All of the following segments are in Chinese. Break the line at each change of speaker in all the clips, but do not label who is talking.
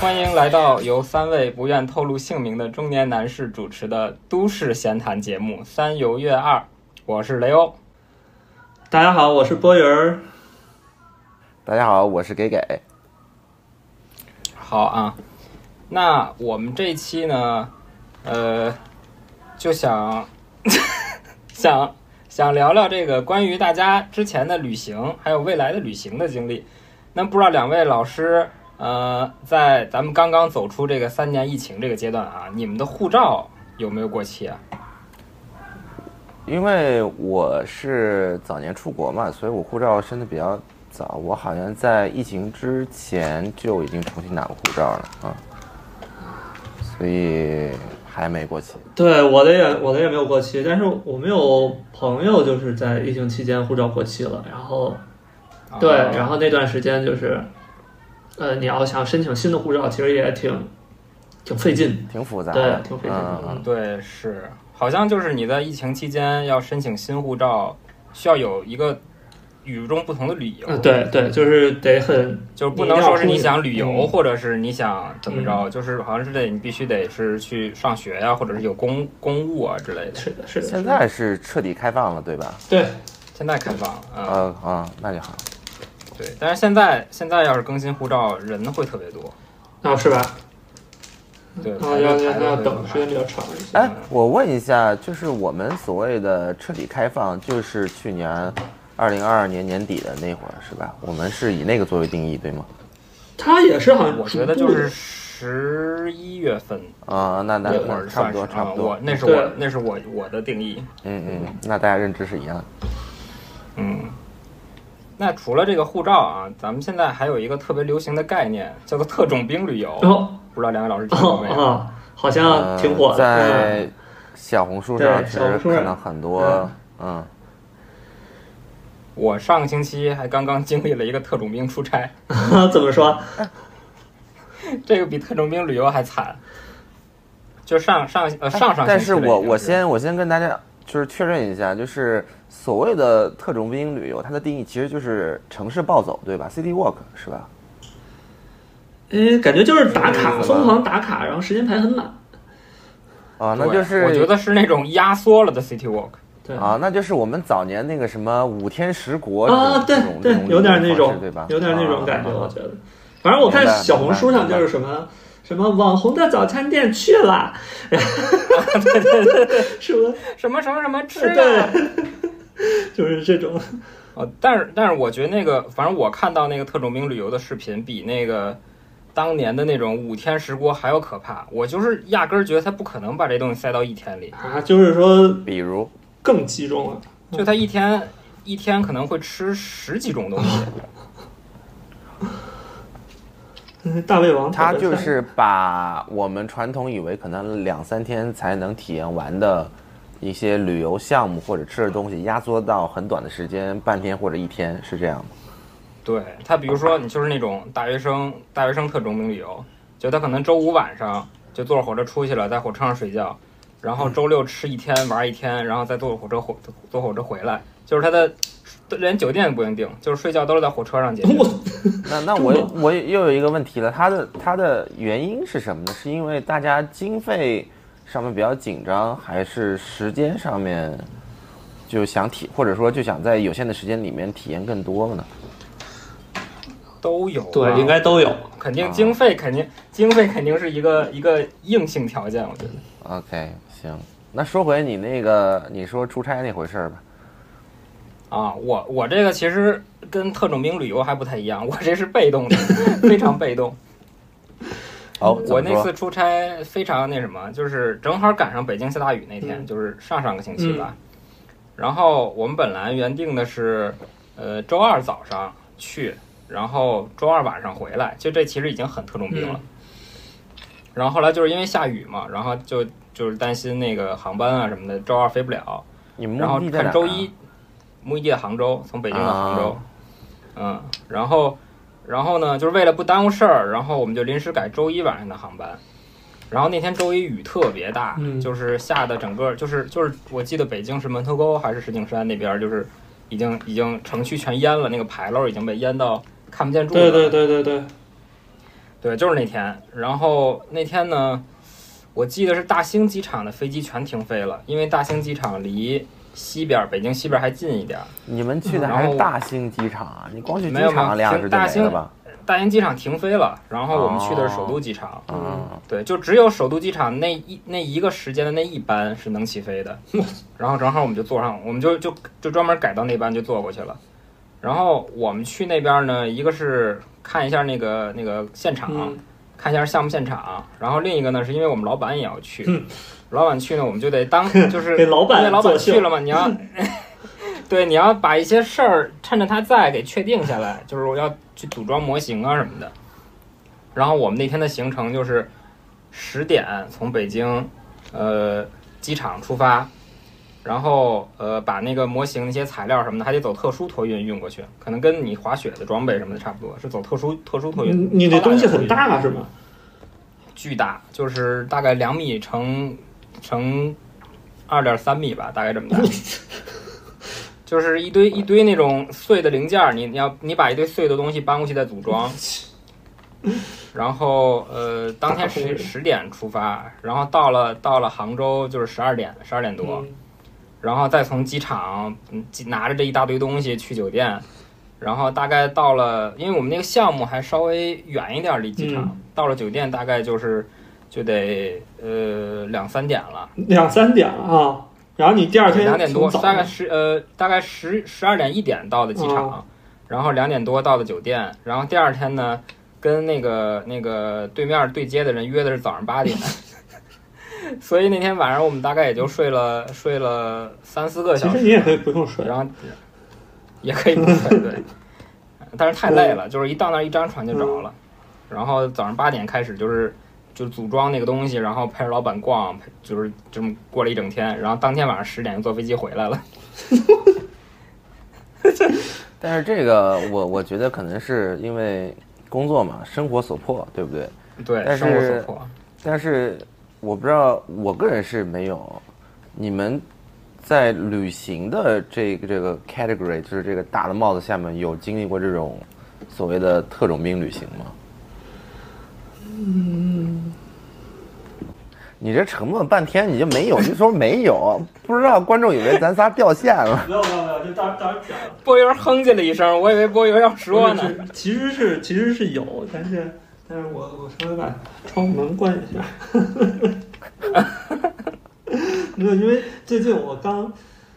欢迎来到由三位不愿透露姓名的中年男士主持的都市闲谈节目《三游月二》，我是雷欧。
大家好，我是波云儿。
大家好，我是给给。
好啊，那我们这一期呢，呃，就想 想想聊聊这个关于大家之前的旅行，还有未来的旅行的经历。那不知道两位老师，呃，在咱们刚刚走出这个三年疫情这个阶段啊，你们的护照有没有过期啊？
因为我是早年出国嘛，所以我护照申的比较早，我好像在疫情之前就已经重新拿过护照了啊，所以还没过期。
对，我的也我的也没有过期，但是我们有朋友就是在疫情期间护照过期了，然后对，
啊
然后那段时间就是，呃，你要想申请新的护照，其实也挺挺费劲。
挺复杂
对
的，，
挺费劲的。
嗯，
对，是，好像就是你在疫情期间要申请新护照，需要有一个与众不同的理由，
呃
嗯，对对，就是得很
就是不能说是你想旅
你要
游，
出
或者是你想怎么
嗯
着，就是好像是得你必须得是去上学呀、或者是有公公务啊之类的。
是的，是的。
现在是彻底开放了，对吧？
对
现在开放了，嗯，
呃啊，那就好。
对，但是现在现在要是更新护照，人会特别多，
啊，是吧？
嗯
对，
啊，
排
要
队排
要
队
要
会
等
很
时间比较长一些。
哎，我问一下，就是我们所谓的彻底开放，就是去年二零二二年年底的那会儿，是吧？我们是以那个作为定义，对吗？
它也是好像
我觉得
逐
就
步的
是十一月份
啊，那那
那会儿
那差
算
不
是
多，差
啊，
不多
我。那是
对
我那是我我的定义。
嗯嗯，那大家认知是一样的。
嗯，那除了这个护照啊，咱们现在还有一个特别流行的概念，叫做特种兵旅游。
哦
不知道两位老师听过
哦
没有？
哦，好像挺火
呃
的。嗯
在小红书上
对
其
小
实
红书上
看到很多，嗯，
我上个星期还刚刚经历了一个特种兵出差，
嗯 怎么说？
这个比特种兵旅游还惨。就上上呃上上星期了已经，
但是我我先我先跟大家就是确认一下，就是所谓的特种兵旅游，它的定义其实就是城市暴走，对吧？City walk 是吧？
哎，感觉就是打
什么
卡，
意思呢
疯狂打卡，然后时间排很满。
啊，那
对
就是
我觉得是那种压缩了的 city walk。
对
啊，那就是我们早年那个什么五天十国
啊，
这
对
种这
对
种，
有点那
这种方
种，
式对吧？
有点那种感觉，
啊
我觉得。反正我看
明白
小红书上就是什么什么网红的早餐店去了， 什么
什么什么什么吃啊！
对，就是这种
哦，但是但是我觉得那个，反正我看到那个特种兵旅游的视频，比那个当年的那种五天十国还要可怕。我就是压根儿觉得他不可能把这东西塞到一天里，
啊，就是说
比如
更集中了。
就他一天一天可能会吃十几种东
啊
西。
嗯大胃王
它
特别
就
菜
是把我们传统以为可能两三天才能体验完的一些旅游项目或者吃的东西，压缩到很短的时间，半天或者一天，是这样吗？
对他，比如说你就是那种大学生，大学生特种兵旅游，就他可能周五晚上就坐着火车出去了，在火车上睡觉，然
嗯
后周六吃一天玩一天，然后再坐火车回坐火车回来，就是他的连酒店也不用订，就是睡觉都是在火车上解决。
那那嗯我我又有一个问题了，它的它的原因是什么呢？是因为大家经费上面比较紧张，还是时间上面就想体，或者说就想在有限的时间里面体验更多呢？
都有吧，
啊
对，应该都有。
肯定经费肯定经费肯定是一个一个硬性条件，我觉得。
OK，行，那说回你那个你说出差那回事儿吧。
啊，我我这个其实跟特种兵旅游还不太一样，我这是被动的， 非常被动。
哦，怎
我
么
那
说
次出差非常那什么，就是正好赶上北京下大雨那天，
嗯
就是上上个星期吧。然后我们本来原定的是，呃，周二早上去，然后周二晚上回来，就这其实已经很特种兵
嗯
了。然后后来就是因为下雨嘛，然后就就是担心那个航班啊什么的，周二飞不了，
你们
然后
目的地在
看
哪儿
周
啊
一，目的地杭州，从北京到杭州，嗯，然后然后呢，就是为了不耽误事儿，然后我们就临时改周一晚上的航班。然后那天周一雨特别大，
嗯
就是下的整个就是就是我记得北京是门头沟还是石景山那边，就是已经已经城区全淹了，那个牌楼已经被淹到看不见柱子了。
对对对对对，
对，就是那天。然后那天呢，我记得是大兴机场的飞机全停飞了，因为大兴机场离西边北京西边还近一点。
你们去
嗯
的还
然
是
后
大兴机场啊？你光去机
没有没有
场俩小时
停
就
大
没了
兴
吧？
大兴机场停飞了，然后我们去的是首都机场。
啊
对，就只有首都机场那一那一个时间的那一班是能起飞的， 然后正好我们就坐上，我们就就就专门改到那班就坐过去了。然后我们去那边呢，一个是看一下那个那个现场，
嗯
看一下项目现场，然后另一个呢，是因为我们老板也要去，
嗯
老板去呢，我们就得 当就是
给老板
因为老板
作秀嗯
去了嘛，你要 对你要把一些事儿趁着他在给确定下来，就是我要去组装模型啊什么的。然后我们那天的行程就是十点从北京呃机场出发，然后呃把那个模型那些材料什么的还得走特殊托运运过去，可能跟你滑雪的装备什么的差不多，是走特殊特殊托运。
你你这东西很
超的托运
大是吗？
巨大，就是大概两米乘乘二点三米吧，大概这么大。就是一堆一堆那种碎的零件儿，你你要你把一堆碎的东西搬过去再组装。然后呃，当天
大工
十
人
十点出发，然后到了到了杭州就是十二点十二点多，
嗯
然后再从机场嗯机拿着这一大堆东西去酒店，然后大概到了，因为我们那个项目还稍微远一点儿离机场，
嗯
到了酒店大概就是就得呃两三点了，
嗯两三点了啊，然后你第二天
两点多，
挺早
大概十呃大概十十二点一点到的机场，
哦
然后两点多到的酒店，然后第二天呢跟那个那个对面对接的人约的是早上 八点。所以那天晚上我们大概也就睡了睡了三四个小
其
时吧。
实你也可以不用睡，
然后也可以不睡，对，但是太累了，就是一到那儿一张床就着了，
嗯
然后早上八点开始就是就组装那个东西，然后陪着老板逛，陪就是这么过了一整天，然后当天晚上十点就坐飞机回来了。
但是这个我我觉得可能是因为工作嘛，生活所迫，对不对？
对，
但是
生活所迫。
但是我不知道，我个人是没有。你们在旅行的这个这个 category，就是这个大的帽子下面，有经历过这种所谓的特种兵旅行吗？嗯，你这沉默了半天，你就没有，你就说没有，不知道观众以为咱仨掉线了。
没有没有没有，就当当然讲了。
波云哼唧了一声，我以为波云要说呢。
是其实是其实是有，但是但是我我稍微把窗户门关一下。 没有，因为最近我刚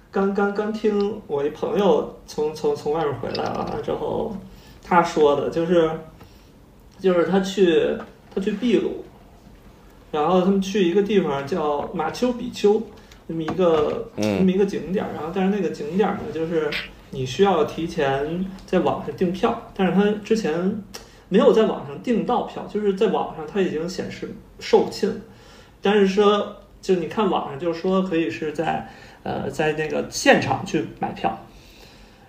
刚刚刚听我一朋友从从从外面回来啊，之后他说的就是就是他去他去秘鲁，然后他们去一个地方叫马丘比丘，那么一个
嗯
那么一个景点儿，然后但是那个景点儿呢，就是你需要提前在网上订票，但是他之前没有在网上订到票，就是在网上他已经显示售罄，但是说就你看网上就说可以是在呃在那个现场去买票，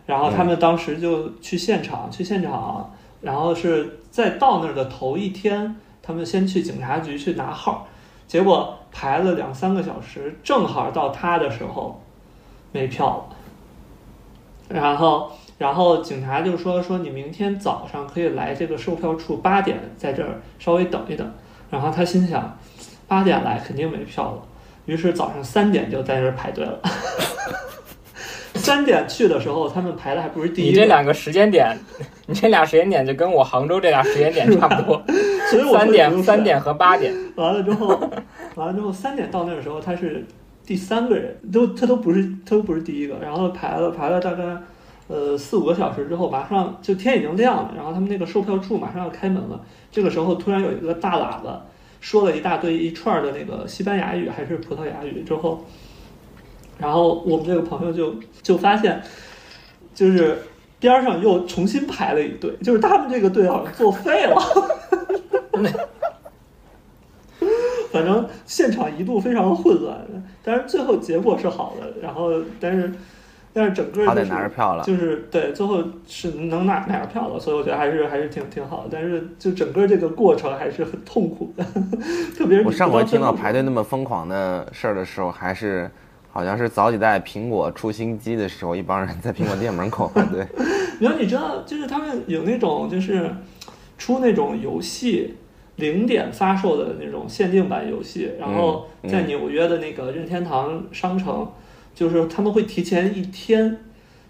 然后他们当时就去现场，去现场，然后是在到那儿的头一天，他们先去警察局去拿号，结果排了两三个小时，正好到他的时候没票了。然后，然后警察就说说你明天早上可以来这个售票处八点，在这儿稍微等一等。然后他心想，八点来肯定没票了，于是早上三点就在这儿排 队了。三点去的时候，他们排的还不是第一
你
个。
这两个时间点， 你这俩时间点就跟我杭州这俩时间点差不多，
所以哎我说
三
你
点
就
三
是
点和八点。
完了之后，完了之后三点到那儿的时候，他是第三个人，都他都不是他都不是第一个，然后排了排了大概呃四五个小时之后，马上就天已经亮了，然后他们那个售票处马上要开门了，这个时候突然有一个大喇叭说了一大堆一串儿的那个西班牙语还是葡萄牙语之后，然后我们这个朋友就就发现，就是边儿上又重新排了一队，就是他们这个队好像作废了。 反正现场一度非常混乱，但是最后结果是好的。然后，但是，但是整个、就是、
好歹拿着票了
就是对，最后是能拿拿着票了，所以我觉得还是还是挺挺好的。但是就整个这个过程还是很痛苦的，特别是
我
你
上
不
回
知道
听到
最后
排队那么疯狂的事儿的时候，还是好像是早几代苹果出新机的时候，一帮人在苹果店门口排队。
然后你知道，就是他们有那种就是出那种游戏，零点发售的那种限定版游戏，然后
嗯
在纽约的那个任天堂商城，就是他们会提前一天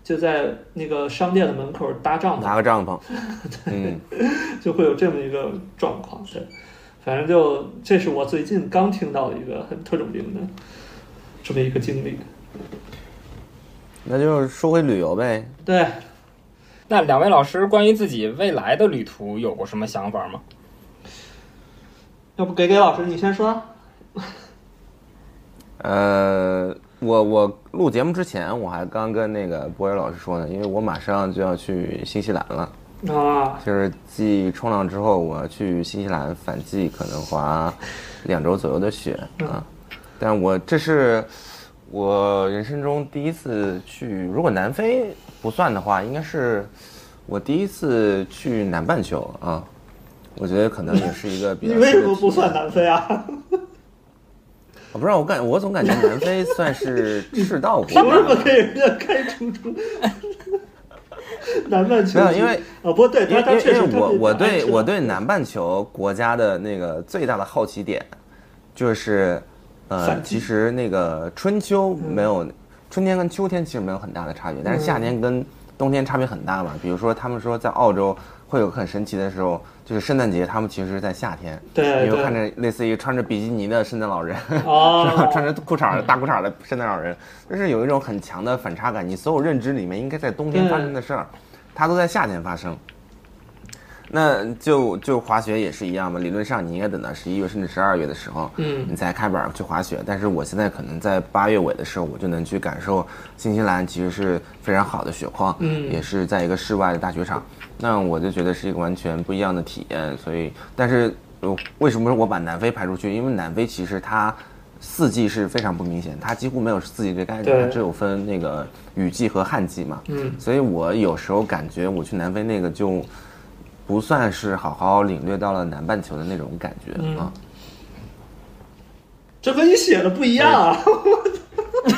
就在那个商店的门口搭帐篷，
拿个帐 篷，嗯，
就会有这么一个状况。对，反正就这是我最近刚听到的一个很特种兵的这么一个经历。
那就是说回旅游呗。
对，
那两位老师关于自己未来的旅途有过什么想法吗？
要不给给老师你先说。
呃，我我录节目之前，我还刚跟那个波尔老师说呢，因为我马上就要去新西兰了，
啊，
就是继冲浪之后，我要去新西兰反季，可能滑两周左右的雪
嗯
啊。但我这是我人生中第一次去，如果南非不算的话，应该是我第一次去南半球啊。我觉得可能也是一个 比
你
较
为什
新的
么
体
不
验
算南非 啊？
我不知道，我感我总感觉南非 算是赤道国
凭什么
家。
给人家开除 出南半球籍？
没有因为
啊，不对，
因
他
为
他
因为
确实
因为我
他
我对
他
我对南半球国家的那个最大的好奇点，就是，呃，
反季
其实那个春秋
嗯
没有，春天跟秋天其实没有很大的差别，但是夏天跟冬天差别很大嘛。比如说他们说在澳洲会有很神奇的时候，就是圣诞节，他们其实是在夏天，
对
你会
对
看着类似于穿着比基尼的圣诞老人，
哦
穿着裤衩儿大裤衩儿的圣诞老人，就是有一种很强的反差感。你所有认知里面应该在冬天发生的事儿，它都在夏天发生。那就就滑雪也是一样嘛，理论上你应该等到十一月甚至十二月的时候，
嗯
你才开板儿去滑雪。但是我现在可能在八月尾的时候，我就能去感受新西兰其实是非常好的雪况，
嗯
也是在一个室外的大雪场。那我就觉得是一个完全不一样的体验。所以，但是呃为什么我把南非排出去？因为南非其实它四季是非常不明显，它几乎没有四季这概念，
对
它只有分那个雨季和旱季嘛。
嗯
所以我有时候感觉我去南非那个就不算是好好领略到了南半球的那种感觉
嗯
啊。
这和你写的不一样啊！
哎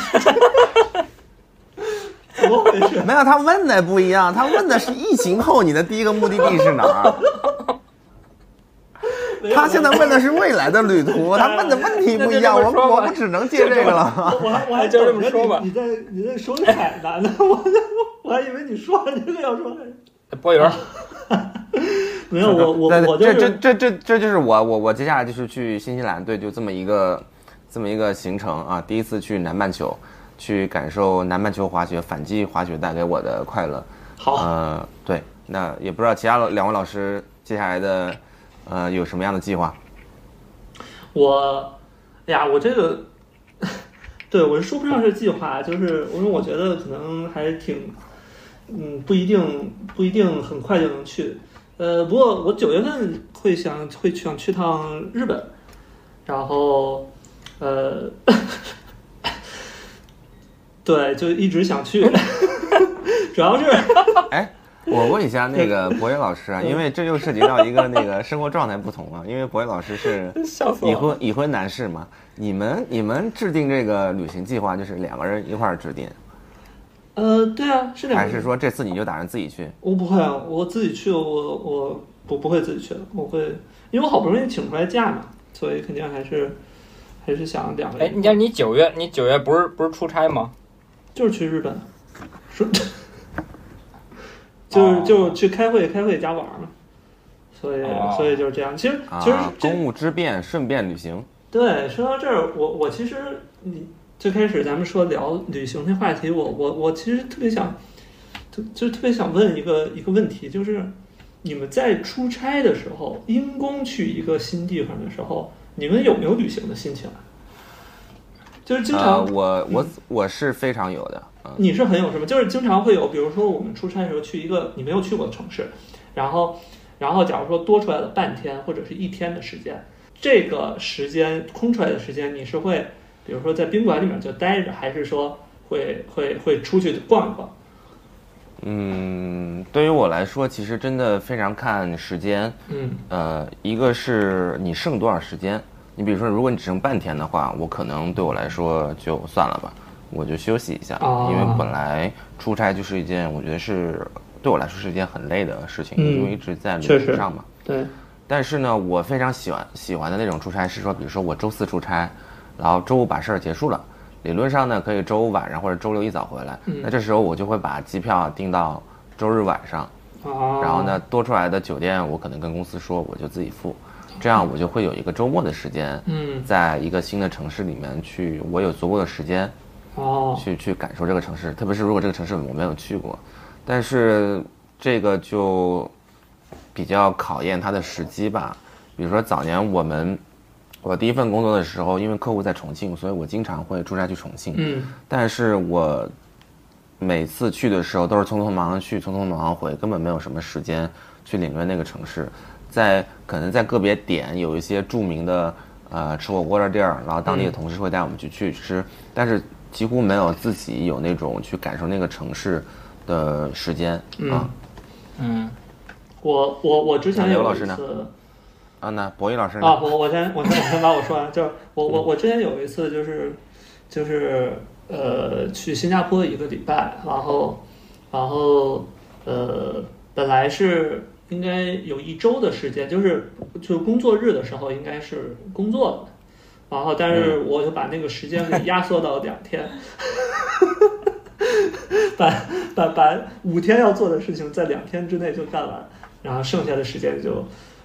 怎么回事？
没有，他问的不一样，他问的是疫情后你的第一个目的地是哪儿。他现在问的是未来的旅途，他问的问题不一样，
那就这么
我
说吧
我我只能接这个了。
我还我还
就这
等
么
着
说吧
你，你在你在说海南呢，我我还以为你说这个要说，
波云儿，
啊没有我 我
对对
我就
这
是
这这这这就是我我我接下来就是去新西兰，对，就这么一个这么一个行程啊，第一次去南半球，去感受南半球滑雪反击滑雪带给我的快乐。
好，
呃，对，那也不知道其他两位老师接下来的呃有什么样的计划？
我哎呀，我这个， 对我说不上是计划，就是我说我觉得可能还挺，嗯，不一定不一定很快就能去，呃，不过我九月份会想会想去趟日本，然后呃， 对，就一直 想去， 主要是
哎，我问一下那个博远老师
嗯
啊，因为这又涉及到一个那个生活状态不同了，因为博远老师是
笑死我
已
了。
婚已婚男士嘛，你们你们制定这个旅行计划就是两个人一块儿制定，
呃，对啊，是两
还
个
是说这次你就打算自己去？
我不会，啊，我自己去，我我我不会自己去的，我会，因为我好不容易请出来假嘛，所以肯定还是还是想两个
哎，
人，
你看你九月，你九月不是不是出差吗？
就是去日本， 说，就是
哦
就是去开会，开会加玩嘛，所以、
哦
所以就是这样。其实
啊
其实，这、
公务之便，顺便旅行。
对，说到这儿，我我其实你最开始咱们说聊旅行那话题，我我我其实特别想，就就特别想问一个一个问题，就是你们在出差的时候，因公去一个新地方的时候，你们有没有旅行的心情啊？就是经
呃，
常、
我我我是非常有的，嗯，
你是很有什么？就是经常会有，比如说我们出差的时候去一个你没有去过的城市，然后，然后假如说多出来了半天或者是一天的时间，这个时间空出来的时间，你是会，比如说在宾馆里面就待着，还是说会会会出去逛一逛？
嗯，对于我来说，其实真的非常看时间。
嗯
呃，一个是你剩多少时间，你比如说，如果你只剩半天的话，我可能对我来说就算了吧，我就休息一下，
哦
因为本来出差就是一件我觉得是对我来说是一件很累的事情，
嗯
因为一直在旅
确
途
实
上嘛。
对，
但是呢，我非常喜欢喜欢的那种出差是说，比如说我周四出差，然后周五把事儿结束了，理论上呢可以周五晚上或者周六一早回来。
嗯
那这时候我就会把机票订到周日晚上，
哦，
然后呢多出来的酒店我可能跟公司说我就自己付，这样我就会有一个周末的时间，
嗯，
在一个新的城市里面去，我有足够的时间
哦，
去去感受这个城市，特别是如果这个城市我没有去过，但是这个就比较考验它的时机吧。比如说早年我们我第一份工作的时候，因为客户在重庆，所以我经常会出差去重庆。
嗯，
但是我每次去的时候都是匆匆忙忙去，匆匆忙忙回，根本没有什么时间去领略那个城市。在可能在个别点有一些著名的呃吃火锅的地儿，然后当地的同事会带我们去去吃，但是几乎没有自己有那种去感受那个城市的时间啊。
嗯，
我我我之前
那刘
有
老
一
师呢
次。
啊，那博弈老师呢？
啊，我我先我先我先把我说完，就是我我我之前有一次就是就是呃去新加坡一个礼拜，然后然后呃本来是应该有一周的时间，就是就工作日的时候应该是工作的。然后，但是我就把那个时间给压缩到两天，把把把五天要做的事情在两天之内就干完，然后剩下的时间就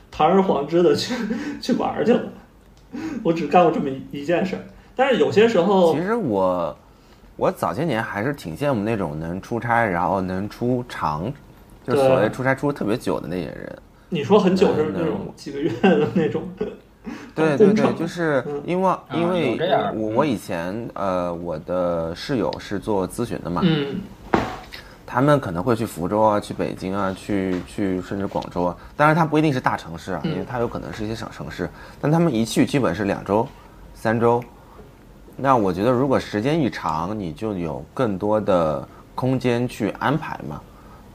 堂而皇之的去去玩儿去了。我只干过这么一一件事儿，但是有些时候
其，实我我早些年还是挺羡慕那种能出差，然后能出长，就是
对
所谓出差出特别久的那些人。
你说很久
嗯
对
是那
那
种几个月的那种，
对
工
对对，
程
就是
嗯
因为因
啊有
为
这样儿嗯
我我以前呃我的室友是做咨询的嘛，
嗯
他们可能会去福州啊、去北京啊、去去甚至广州啊，当然他不一定是大城市啊，
嗯
因为他有可能是一些小城市，但他们一去基本是两周、三周。那我觉得如果时间一长，你就有更多的空间去安排嘛，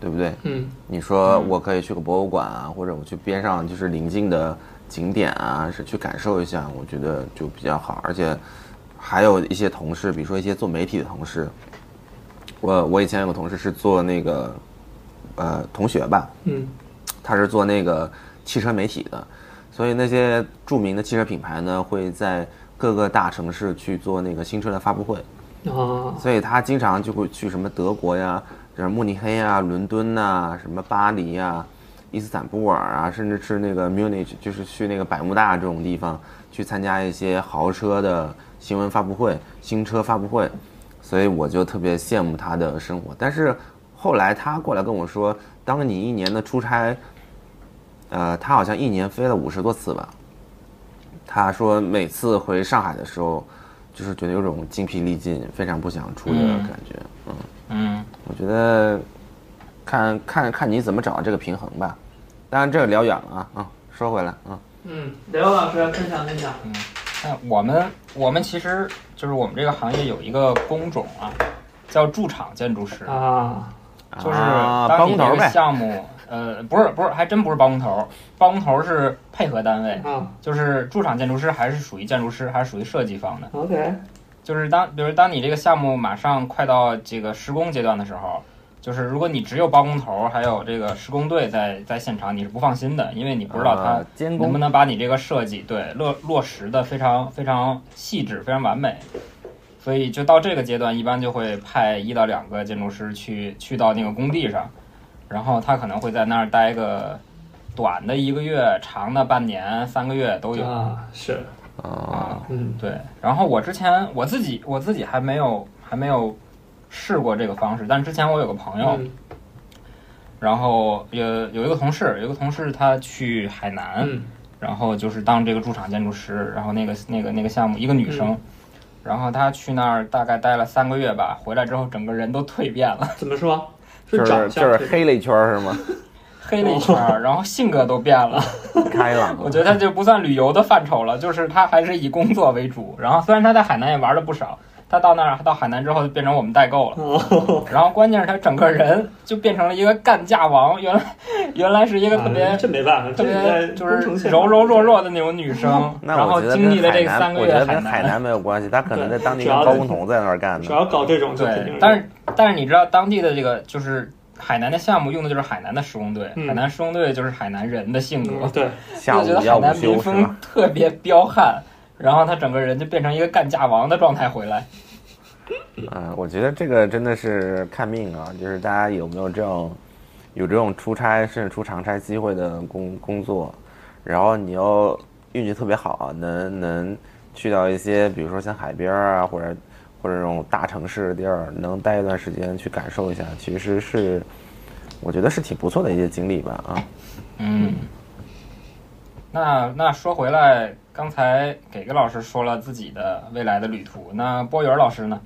对不对？
嗯
你说我可以去个博物馆啊，或者我去边上就是临近的景点啊，是去感受一下，我觉得就比较好。而且还有一些同事，比如说一些做媒体的同事，我我以前有个同事是做那个呃同学吧，
嗯
他是做那个汽车媒体的，所以那些著名的汽车品牌呢会在各个大城市去做那个新车的发布会。
啊，
所以他经常就会去什么德国呀、就是慕尼黑啊、伦敦呐、什么巴黎呀、伊斯坦布尔啊，甚至是那个 Munich，就是去那个百慕大这种地方去参加一些豪车的新闻发布会、新车发布会。所以我就特别羡慕他的生活。但是后来他过来跟我说，当你一年的出差，呃，他好像一年飞了五十多次吧。他说每次回上海的时候，就是觉得有种精疲力尽，非常不想出的
嗯
感觉。嗯，
嗯，
我觉得看看看你怎么找到这个平衡吧。当然这个聊远了啊，嗯，说回来，嗯，
嗯，刘老师分享分享，
那我们我们其实就是我们这个行业有一个工种啊，叫驻场建筑师，
啊，
就是
啊
当
包
你
工
这
头
个
呗，
项目，呃，不是不是，还真不是包工头，包工头是配合单位，
啊
就是驻场建筑师还是属于建筑师，还是属于设计方的。
，OK，
就是当比如当你这个项目马上快到这个施工阶段的时候，就是如果你只有包工头还有这个施工队在在现场，你是不放心的，因为你不知道他
啊监
能不
工，
能把你这个设计对落落实的非常非常细致、非常完美。所以就到这个阶段，一般就会派一到两个建筑师去去到那个工地上，然后他可能会在那儿待个短的一个月，长的半年、三个月都有
啊，是，
啊，
嗯
对，然后我之前我自己我自己还没有还没有试过这个方式，但之前我有个朋友，
嗯
然后有有一个同事，有一个同事他去海南，
嗯
然后就是当这个驻场建筑师，然后那个那个那个项目一个女
嗯
生，然后她去那儿大概待了三个月吧，回来之后整个人都蜕变了，
怎 么说？
就是
长相
就是黑了一圈儿是吗？
黑了一圈
哦
儿，然后性格都变 了。
开朗，
我觉得她就不算旅游的范畴了，就是她还是以工作为主。然后虽然她在海南也玩了不少，她到那儿到海南之后就变成我们代购了。
哦，
然后关键是她整个人就变成了一个干架王，原来原来是一个特别、
啊这没办
特
法，哎这
别
在
就是
工程线
柔柔弱弱的那种女 生，
那
然
我
后
觉得
经
跟
历了
海
这
南，
三个
我
月
觉得
海
跟
南，
海南没有关系，他可能在当地
主
跟
要
包
是
工头在那儿干
主
的。
要搞这种就肯
对
定是，
但是但是你知道当地的这个就是海南的项目用的就是海南的施工队，
嗯
海南施工队就是海南人的性格，
嗯，对，
下午
就觉得
要
海
午
南民
休是吧
风？特别彪悍，然后他整个人就变成一个干架王的状态回来。
嗯，我觉得这个真的是看命啊，就是大家有没有这种有这种出差甚至出长差机会的工工作，然后你又运气特别好，能能去到一些比如说像海边儿啊，或者或者这种大城市的地儿，能待一段时间去感受一下，其实是我觉得是挺不错的一些经历吧啊。
嗯，那那说回来，刚才给个老师说了自己的未来的旅途，那波源老师呢？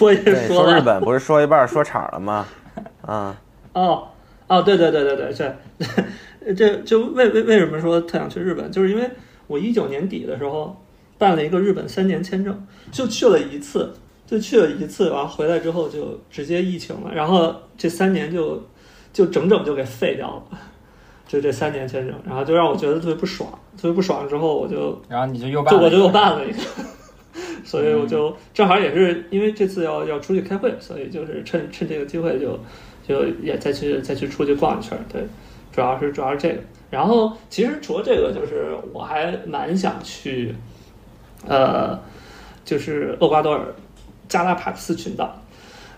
我也
对，
说
说日
了。
本不是说一半儿说岔儿了吗？ 啊，
哦，哦，对对对对对，这 这就为为为什么说特想去日本，就是因为我一九年底的时候办了一个日本三年签证，就去了一次，就去了一次，然后回来之后就直接疫情了，然后这三年就就整整就给废掉了，就这三年签证，然后就让我觉得特别不爽，特别不爽之后我就
然后你就又办
就
了
我
一
就
个
又办了一个， 所以我就正好也是因为这次要要出去开会，所以就是趁趁这个机会就就也再去再去出去逛一圈儿，对，主要是主要是这个。然后其实除了这个，就是我还蛮想去，呃，就是厄瓜多尔加拉帕克斯群岛，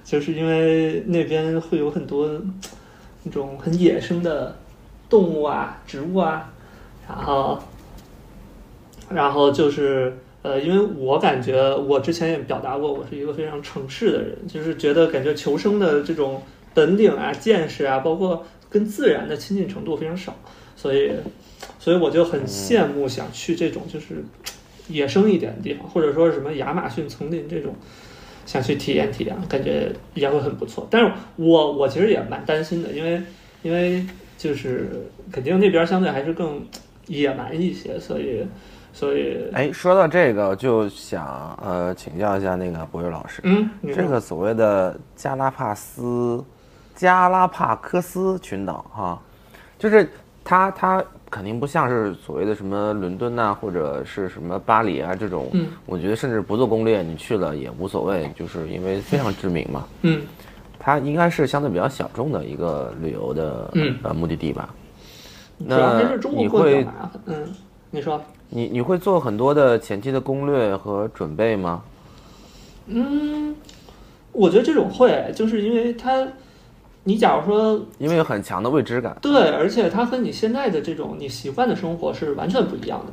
就是因为那边会有很多那种很野生的动物啊、植物啊，然后然后就是呃，因为我感觉我之前也表达过，我是一个非常城市的人，就是觉得感觉求生的这种本领啊、见识啊，包括跟自然的亲近程度非常少，所以所以我就
嗯
很羡慕想去这种就是野生一点的地方，或者说什么亚马逊丛林这种。想去体验体验，感觉也会很不错。但是我我其实也蛮担心的，因为因为就是肯定那边相对还是更野蛮一些，所以所以
哎，说到这个，我就想呃请教一下那个博宇老师，
嗯，你说
这个所谓的加拉帕斯、加拉帕克斯群岛哈、就是它它肯定不像是所谓的什么伦敦呐、或者是什么巴黎啊这种，
嗯
我觉得甚至不做攻略，你去了也无所谓，就是因为非常知名嘛。
嗯
它应该是相对比较小众的一个旅游的、
嗯
呃目的地吧。
主要还
那
是中
你
国过得
会
比较麻烦，嗯，你说
你你会做很多的前期的攻略和准备吗？
我觉得这种会就是因为它，你假如说
因为有很强的未知感。
对，而且它和你现在的这种你习惯的生活是完全不一样的，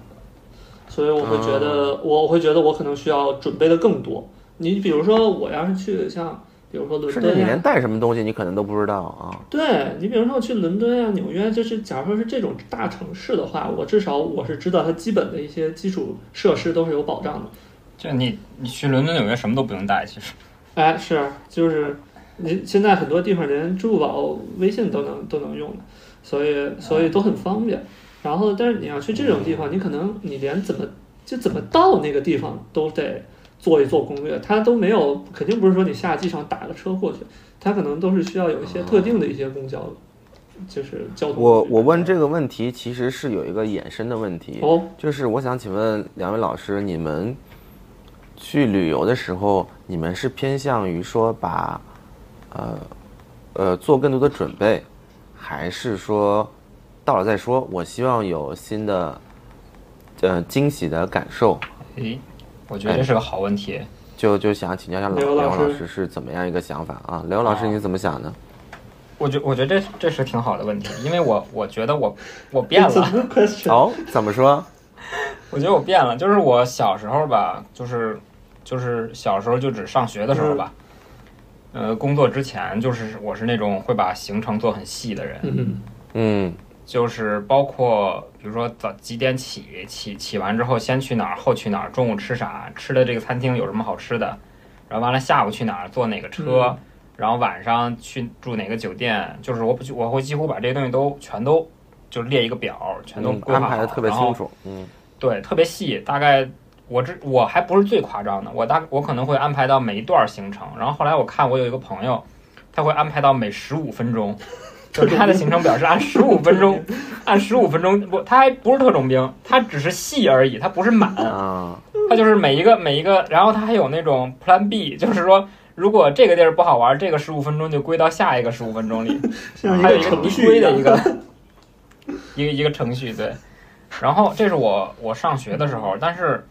所以我会觉得，我会觉得我可能需要准备的更多。你比如说，我要是去像，比如说伦
甚至你
敦、
连
啊，
带什么东西你可能都不知道啊。
对你比如说我去伦敦啊、纽约，就是假如说是这种大城市的话，我至少我是知道它基本的一些基础设施都是有保障的。
就你你去伦敦、纽约什么都不用带，其实
哎，是啊，就是你现在很多地方连支付宝、微信都能都能用的，所以所以都很方便。然后，但是你要去这种地方，你可能你连怎么就怎么到那个地方都得做一做攻略，它都没有，肯定不是说你下机场打个车过去，它可能都是需要有一些特定的一些公交，就是交通。
我我问这个问题其实是有一个衍生的问题，
哦，
就是我想请问两位老师，你们去旅游的时候，你们是偏向于说把呃呃做更多的准备，还是说到了再说？我希望有新的呃惊喜的感受，
诶，我觉得这是个好问题。
就就想请教一下老
刘老
梁老
师哦
师是怎么样一个想法啊？刘老师你怎么想呢？
我觉我觉得这这是挺好的问题，因为我我觉得我我变
It's
了
a，good question。
哦，怎么说？
我觉得我变了，就是我小时候吧，就是就是小时候就只上学的时候吧，呃，工作之前就是我是那种会把行程做很细的人，
嗯，
嗯
就是包括比如说早几点起，起起完之后先去哪儿，后去哪儿，中午吃啥，吃的这个餐厅有什么好吃的，然后完了下午去哪儿，坐哪个车，然后晚上去住哪个酒店，就是我不我会几乎把这些东西都全都就列一个表，全都
嗯，
规
安
划
排的
好
特别
然后
清楚，嗯。
对，特别细，大概我这我还不是最夸张的，我大我可能会安排到每一段行程，然后后来我看我有一个朋友，他会安排到每十五分钟，就是他的行程表是按十五分钟， 按十五分钟，不，他还不是特种兵，他只是细而已，他不是满，
嗯
啊，
他就是每一个每一个，然后他还有那种 Plan B，就是说。如果这个地儿不好玩，这个十五分钟就归到下一个十五分钟里，
像一
还有
个
一个
程
递
序
归的一
样。
个一个一个程序，对。然后这是我我上学的时候，但是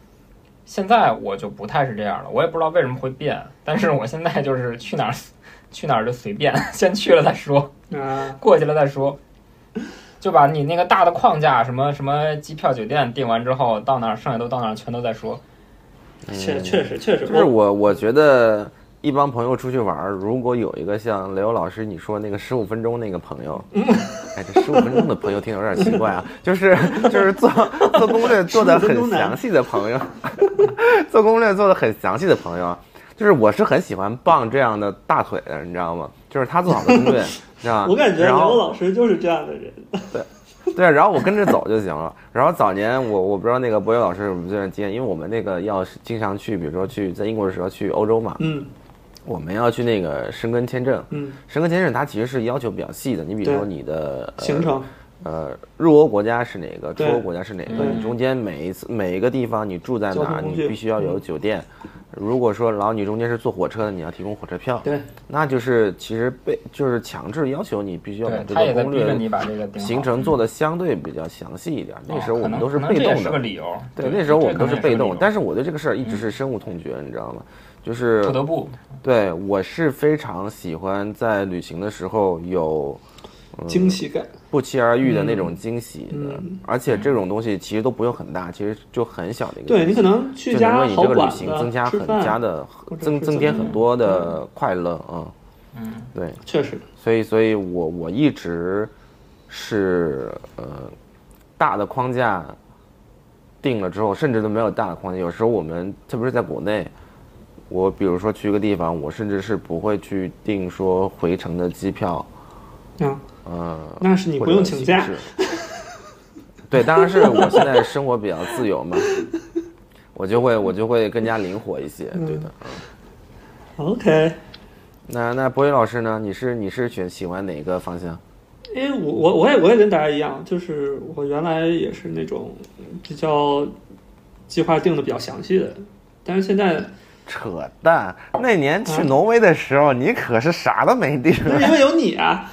现在我就不太是这样了，我也不知道为什么会变，但是我现在就是去哪儿去哪儿就随便， 先去了再说，
嗯
啊，
过去了再说，就把你那个大的框架什么什么机票酒店定完之后，到哪儿剩下都到哪儿全都再说。
确确实确实，
就是我，我觉得一帮朋友出去玩儿，如果有一个像雷欧老师你说那个十五分钟那个朋友，
嗯
哎，这十五分钟的朋友听着有点奇怪啊，就是 就是做做攻略做的很详细的朋友， 做攻略做的很详细的朋友啊，就是我是很喜欢傍这样的大腿的，你知道吗？就是他做好的攻 略，你知道吗？
我感觉
然
刘
后
老师就是这样的人。
对，啊然后我跟着走就行了。然后早年我我不知道那个博友老师有没有这样的经验，因为我们那个要是经常去，比如说去在英国的时候去欧洲嘛，
嗯
我们要去那个申根签证。
嗯，
申根签证它其实是要求比较细的，你比如
对
说你的呃
行程
呃入欧国家是哪个，出
对
欧国家是哪个，
嗯
你中间每一次每一个地方你住在
交
哪
通
儿，
工
你
具
必须要有酒店。如果说然后你中间是坐火车的，你要提供火车票，
对，
那就是其实被就是强制要求你必须要把
对
这
他也
个
在
攻
逼
略
着你把这个定好
行程做的相对比较详细一点。那时候
哦可
我们
能
都是
可能
被
这也
动
是
的
个，理由。
对，
对
那时候我
这可
们都
能
是
也
被
个理
动
由，嗯
但是我对这个事儿一直是深恶痛绝，你知道吗？就是
不得不
对，我是非常喜欢在旅行的时候有呃
惊喜感。
不期而遇的那种惊喜的，
嗯
而且这种东西其实都不用很大，其实就很小的一个东西，
对你可能去
就能
家
为你
好
这个
馆
旅
子
行增加
吃
很
饭
加的
或者
增
是
增
怎
添
么
很
样
多的快乐啊，
嗯，
对，
确实，
所以所以我我一直是呃大的框架定了之后，甚至都没有大的框架。有时候我们特别是在国内，我比如说去一个地方，我甚至是不会去定说回程的机票，
嗯，
呃，
那是你不用请假
或者形式。对，当然是我现在生活比较自由嘛，我就会我就会更加灵活一些，对的。
嗯
嗯
OK，
那那博宇老师呢？你是你是选喜欢哪个方向？
因为我我我也我也跟大家一样，就是我原来也是那种比较计划定的比较详细的人，但是现在
扯淡！那年去挪威的时候，你可是啥都没定。
那是因为有你啊，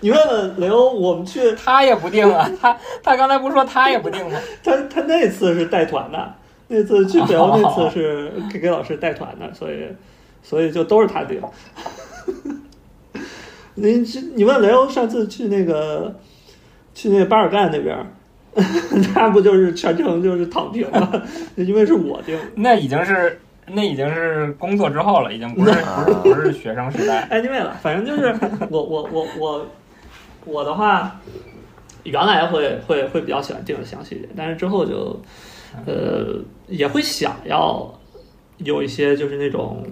你问问雷欧，我们去
他也不定啊， 他他刚才不是说他也不定吗？
他他那次是带团的，那次去北欧那次是给给老师带团的，所以所以就都是他 定。你这你问雷欧上次去那个去那个巴尔干那边儿， 他不就是全程就是躺平了？ 因为是我定的。
那已经是那已经是工作之后了，已经不是不是不是学生时代。
anyway 哎了，反正就是我我我我我的话，原来会会会比较喜欢定的详细一点，但是之后就
嗯
呃也会想要有一些就是那种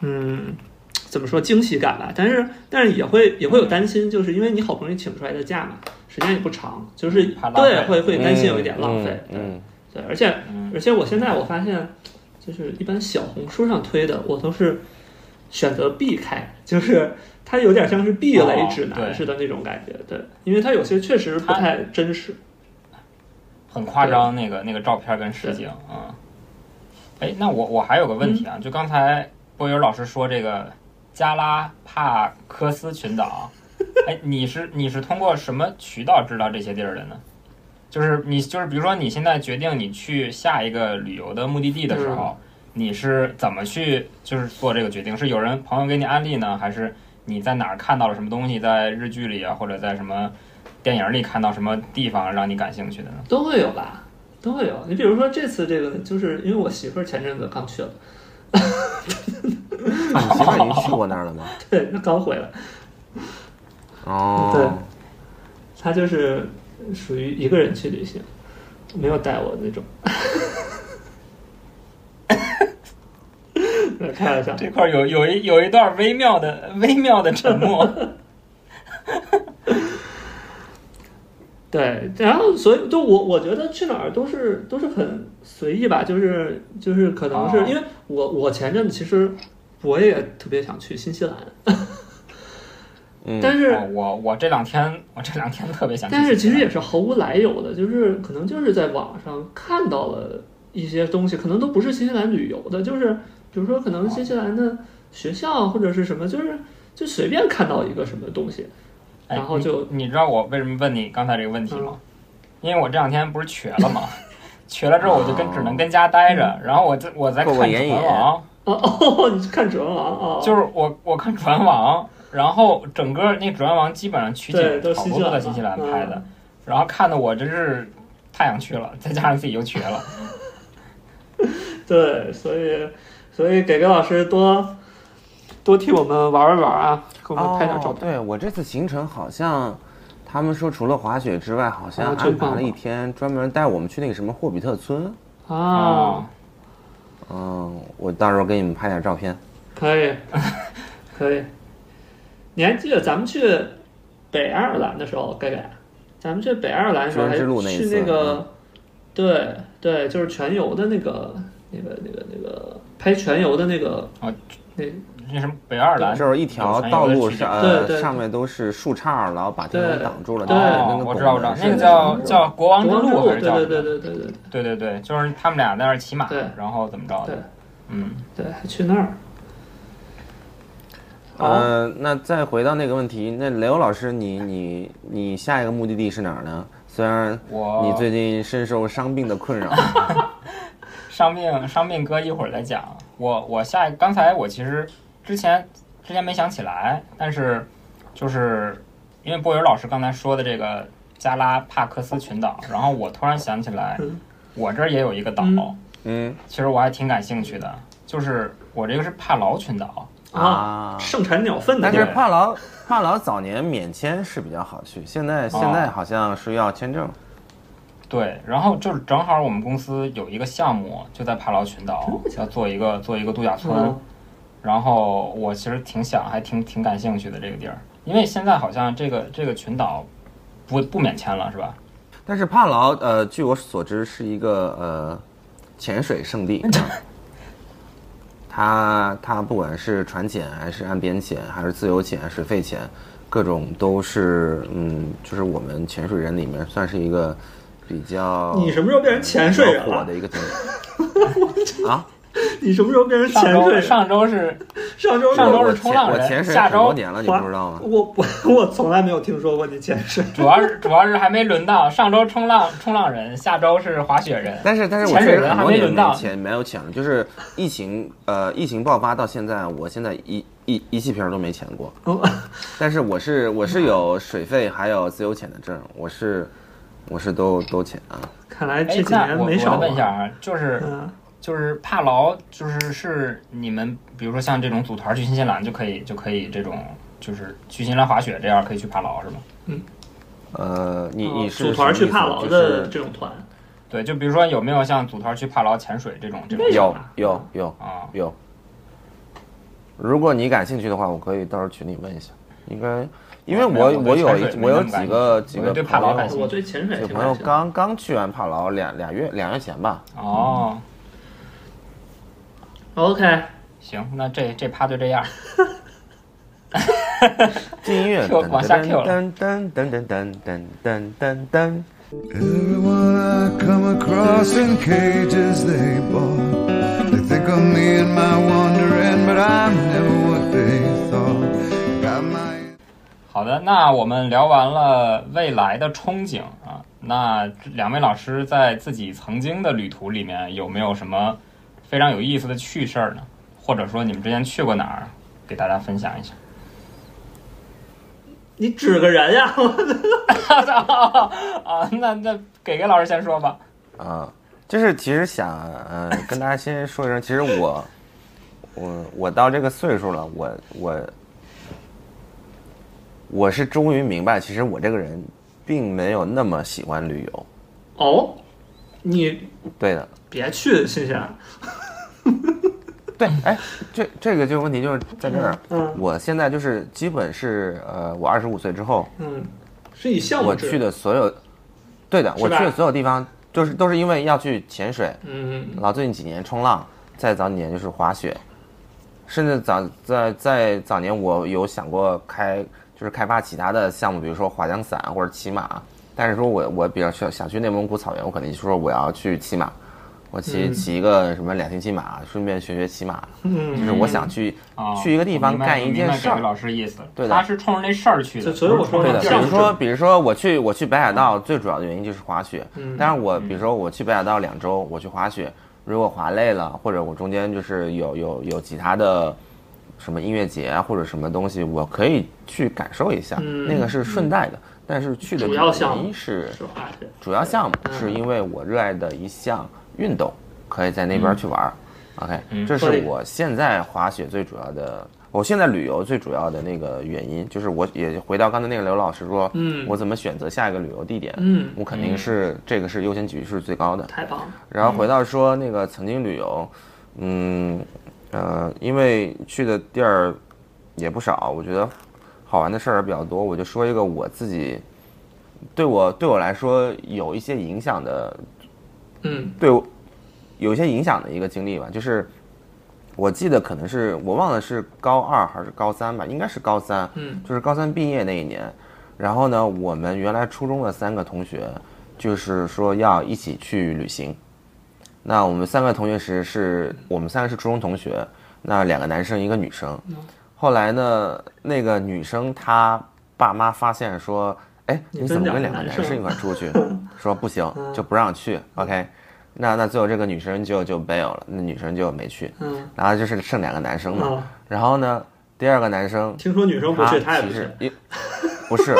嗯怎么说惊喜感吧，但是但是也会也会有担心，就是因为你好不容易请出来的假嘛，时间也不长，就是
怕浪
对
费
会会 担心有一点浪费，对
嗯，
对，而且
嗯
而且我现在我发现，就是一般小红书上推的，我都是选择避开，就是它有点像是避雷指
哦对
南似的那种感觉，对，因为它有些确实不
它
太真实。
很夸张那个那个照片跟实景啊。哎，那我我还有个问题啊，就刚才波友老师说这个加拉帕科斯群岛，哎，你是你是通过什么渠道知道这些地儿的呢？就是你就是比如说你现在决定你去下一个旅游的目的地的时候，你是怎么去就是做这个决定？是有人朋友给你安利呢，还是你在哪儿看到了什么东西，在日剧里啊，或者在什么电影里看到什么地方让你感兴趣的呢？
都会有吧，都会有。你比如说这次这个，就是因为我媳妇儿前阵子刚去了，
你媳妇儿已经去过那儿了吗？
对，她刚回来，
哦，
对她就是属于一个人去旅行，没有带我那种。 对开玩笑，啊
这块儿有有一有一段微妙的微妙的沉 默。
对，然后所以就我我觉得去哪儿都是都是很随意吧，就是就是可能是、
哦
因为我我前阵子其实我也特别想去新西兰，
嗯
但是、
哦我我这两天我这两天特别想去
但是
新西
其
兰，
实也是毫无来由的，就是可能就是在网上看到了一些东西，可能都不是新西兰旅游的，就是比如说可能新西兰的学校或者是什么，就是就随便看到一个什么东西，
哎
然后就嗯
你你知道我为什么问你刚才这个问题吗？因为我这两天不是瘸了吗？ 瘸了之后我就跟只能跟家待着，
嗯
然后我在我在
哦过
看
过
船
眼瘾
王，
哦哦，你是看指环王哦，
就是是我我看船王，然后整个那船王基本上取景
对，都是
好
新
多
西
都
兰
在新
嘛
西兰拍的
嗯，
然后看的我真是太想去了，再加上自己又瘸了，
对，所以所以给给老师多多替我们玩一玩啊，给我们拍点照
哦
片。
对我这次行程好像，他们说除了滑雪之外，好像
哦真
安排
棒
了一天专门带我们去那个什么霍比特村。
哦
啊，
嗯，我到时候给你们拍点照片。
可以，可以。你还记得咱们去北爱尔兰的时候，盖盖，咱们去北爱尔兰的时候
知
还
恩之路那一
去
次啊
那个，对对，就是全游的那个那个那个那个拍全游的那个
哦
那
那什么北爱尔兰
就是一条道路上，
对
呃，
对
上面都是树杈，然后把天空
对
挡住了。但是
哦
那，个
我知道，我知道，
拱门
那个
是
叫叫国王之
国王
路还
对
是叫
对
什
对
么？
对对对
对对对，就是他们俩在那儿骑马
对，
然后怎么着
对
的？嗯，
对，还去那儿。哦，
呃，那再回到那个问题，那雷欧老师，你你你下一个目的地是哪儿呢？虽然
我
你最近深受伤病的困扰，
伤病伤病哥一会儿再讲。我我下一刚才我其实之前之前没想起来，但是就是因为波友老师刚才说的这个加拉帕克斯群岛，然后我突然想起来
嗯，
我这儿也有一个岛，
嗯
嗯
其实我还挺感兴趣的，就是我这个是帕劳群岛。
啊，盛产鸟粪的
但
地
是
儿
对
帕劳帕劳早年免签是比较好去，现在现在好像是要签证。
对，然后就是正好我们公司有一个项目就在帕劳群岛，要做一个做一个度假村，
嗯
然后我其实挺想，还挺挺感兴趣的这个地儿，因为现在好像这个这个群岛不不免签了是吧？
但是帕劳呃，据我所知是一个呃潜水圣地。啊它它不管是船潜还是岸边潜，还是自由潜、水肺潜，各种都是嗯，就是我们潜水人里面算是一个比较
你什么时候变成潜水人
比较火
了？
的 一个景点啊。
你什么时候变成
上
潜水
周
人？
上周是
上周
上周
我
是
我
冲
潜
浪
我
人
潜水
下
很多
周
年了，你
滑
不知道吗？
我我我从来没有听说过你潜水。
主要是主 要是还没轮到，上周冲浪冲浪人，下周是滑雪人，
但是但是我
潜水
确实
人
很
还
多
没
年
轮到
没潜没有潜了，就是疫情呃疫情爆发到现在，我现在一一一气瓶儿都没潜过。
哦
但是我是我是有水费还有自由潜的证，我是我是都都潜啊。
看来
哎
这，几
那
年
我
没少
我问一下
玩。
啊，就是
嗯，
就是帕劳，就是是你们，比如说像这种组团去新西兰就可以，就可以这种，就是去新西兰滑雪这样可以去帕劳是吗？
呃，你
哦
你是
组团
什
去
么意思
帕劳
就是
的这种团，
对，就比如说有没有像组团去帕劳潜水这种这种
为什
有
么
有有
啊？
有。如果你感兴趣的话，我可以到时候群里问一下。应该，因为
没有
我
我对
有
潜
一
水没
我有
那么
几
感
个
兴趣
几
我
个
对帕劳
朋
感
友
兴趣
我对潜水
有
挺
朋
感
友
兴趣的。
刚刚去完帕劳两两月两月前吧，
哦，
嗯
OK，
行，那这这趴就这样。
进音乐
Q，往下 Q 了
噔噔噔噔噔噔噔噔噔。
Everyone I come across in cages they bought. They think of me and my wandering, but I'm never what they thought. Got my.
好的，那我们聊完了未来的憧憬啊，那两位老师在自己曾经的旅途里面有没有什么非常有意思的趣事儿呢？或者说你们之前去过哪儿，给大家分享一下？
你指个人呀？
啊，那那给给老师先说吧。
啊，就是其实想呃跟大家先说一声，其实我我我到这个岁数了，我我我是终于明白，其实我这个人并没有那么喜欢旅游。
哦，你
对的，
别去啊新西兰。
对，哎，这这个就问题就是在这儿，
嗯
我现在就是基本是呃，我二十五岁之后，
嗯，是以项目
我
制。
去。的所有，对的，
是
我去
吧
的所有地方，就是都是因为要去潜水，
嗯，
然后最近几年冲浪，再早几年就是滑雪，甚至早在在早年我有想过开就是开发其他的项目，比如说滑翔伞或者骑马。但是说我我比较想想去内蒙古草原，我肯定说我要去骑马，我骑、骑个什么两星期马，顺便学学骑马，
嗯
就是我想去、
啊，
去一个地方
我明白
干一件事
我明白给
儿
老师意思了，
对的
他是冲着那事儿去的，
所所以我说
不
对
是冲着
的，比
像
如
事
是
儿
说，比如说我去我去北海道，最主要的原因就是滑雪。
嗯
但是我比如说我去北海道两周，我去滑雪，如果滑累了，或者我中间就是有有有其他的什么音乐节啊，或者什么东西，我可以去感受一下，
嗯
那个是顺带的。但是去的
主要项目
原因是
是吧？是
主要项目
嗯
是因为我热爱的一项运动，可以在那边去玩儿。OK，
嗯
这
可
是
以
我现在滑雪最主要的，我现在旅游最主要的那个原因，就是我也回到刚才那个刘老师说，
嗯
我怎么选择下一个旅游地点？
嗯
我肯定是这个是优先级是最高的。
太棒了，
然后回到说那个曾经旅游，嗯，呃，因为去的地儿也不少，我觉得好玩的事儿比较多。我就说一个我自己对我对我来说有一些影响的，
嗯
对我有一些影响的一个经历吧，就是我记得可能是我忘了是高二还是高三吧，应该是高三，
嗯
就是高三毕业那一年。然后呢，我们原来初中的三个同学，就是说要一起去旅行。那我们三个同学时是我们三个是初中同学，那两个男生一个女生。
嗯
后来呢，那个女生她爸妈发现说，哎，
你
你怎么
跟
跟
两
两
个
个
男
男生
生
一块儿 出去？说不行，
嗯
就不让去。OK，那那最后这个女生就就 bail 了，那女生就没去，
嗯，
然后就是剩两个男生
嗯
嘛
哦。
然后呢，第二个男生
听说女生不
他
去，她也
其
不去
实。一不是，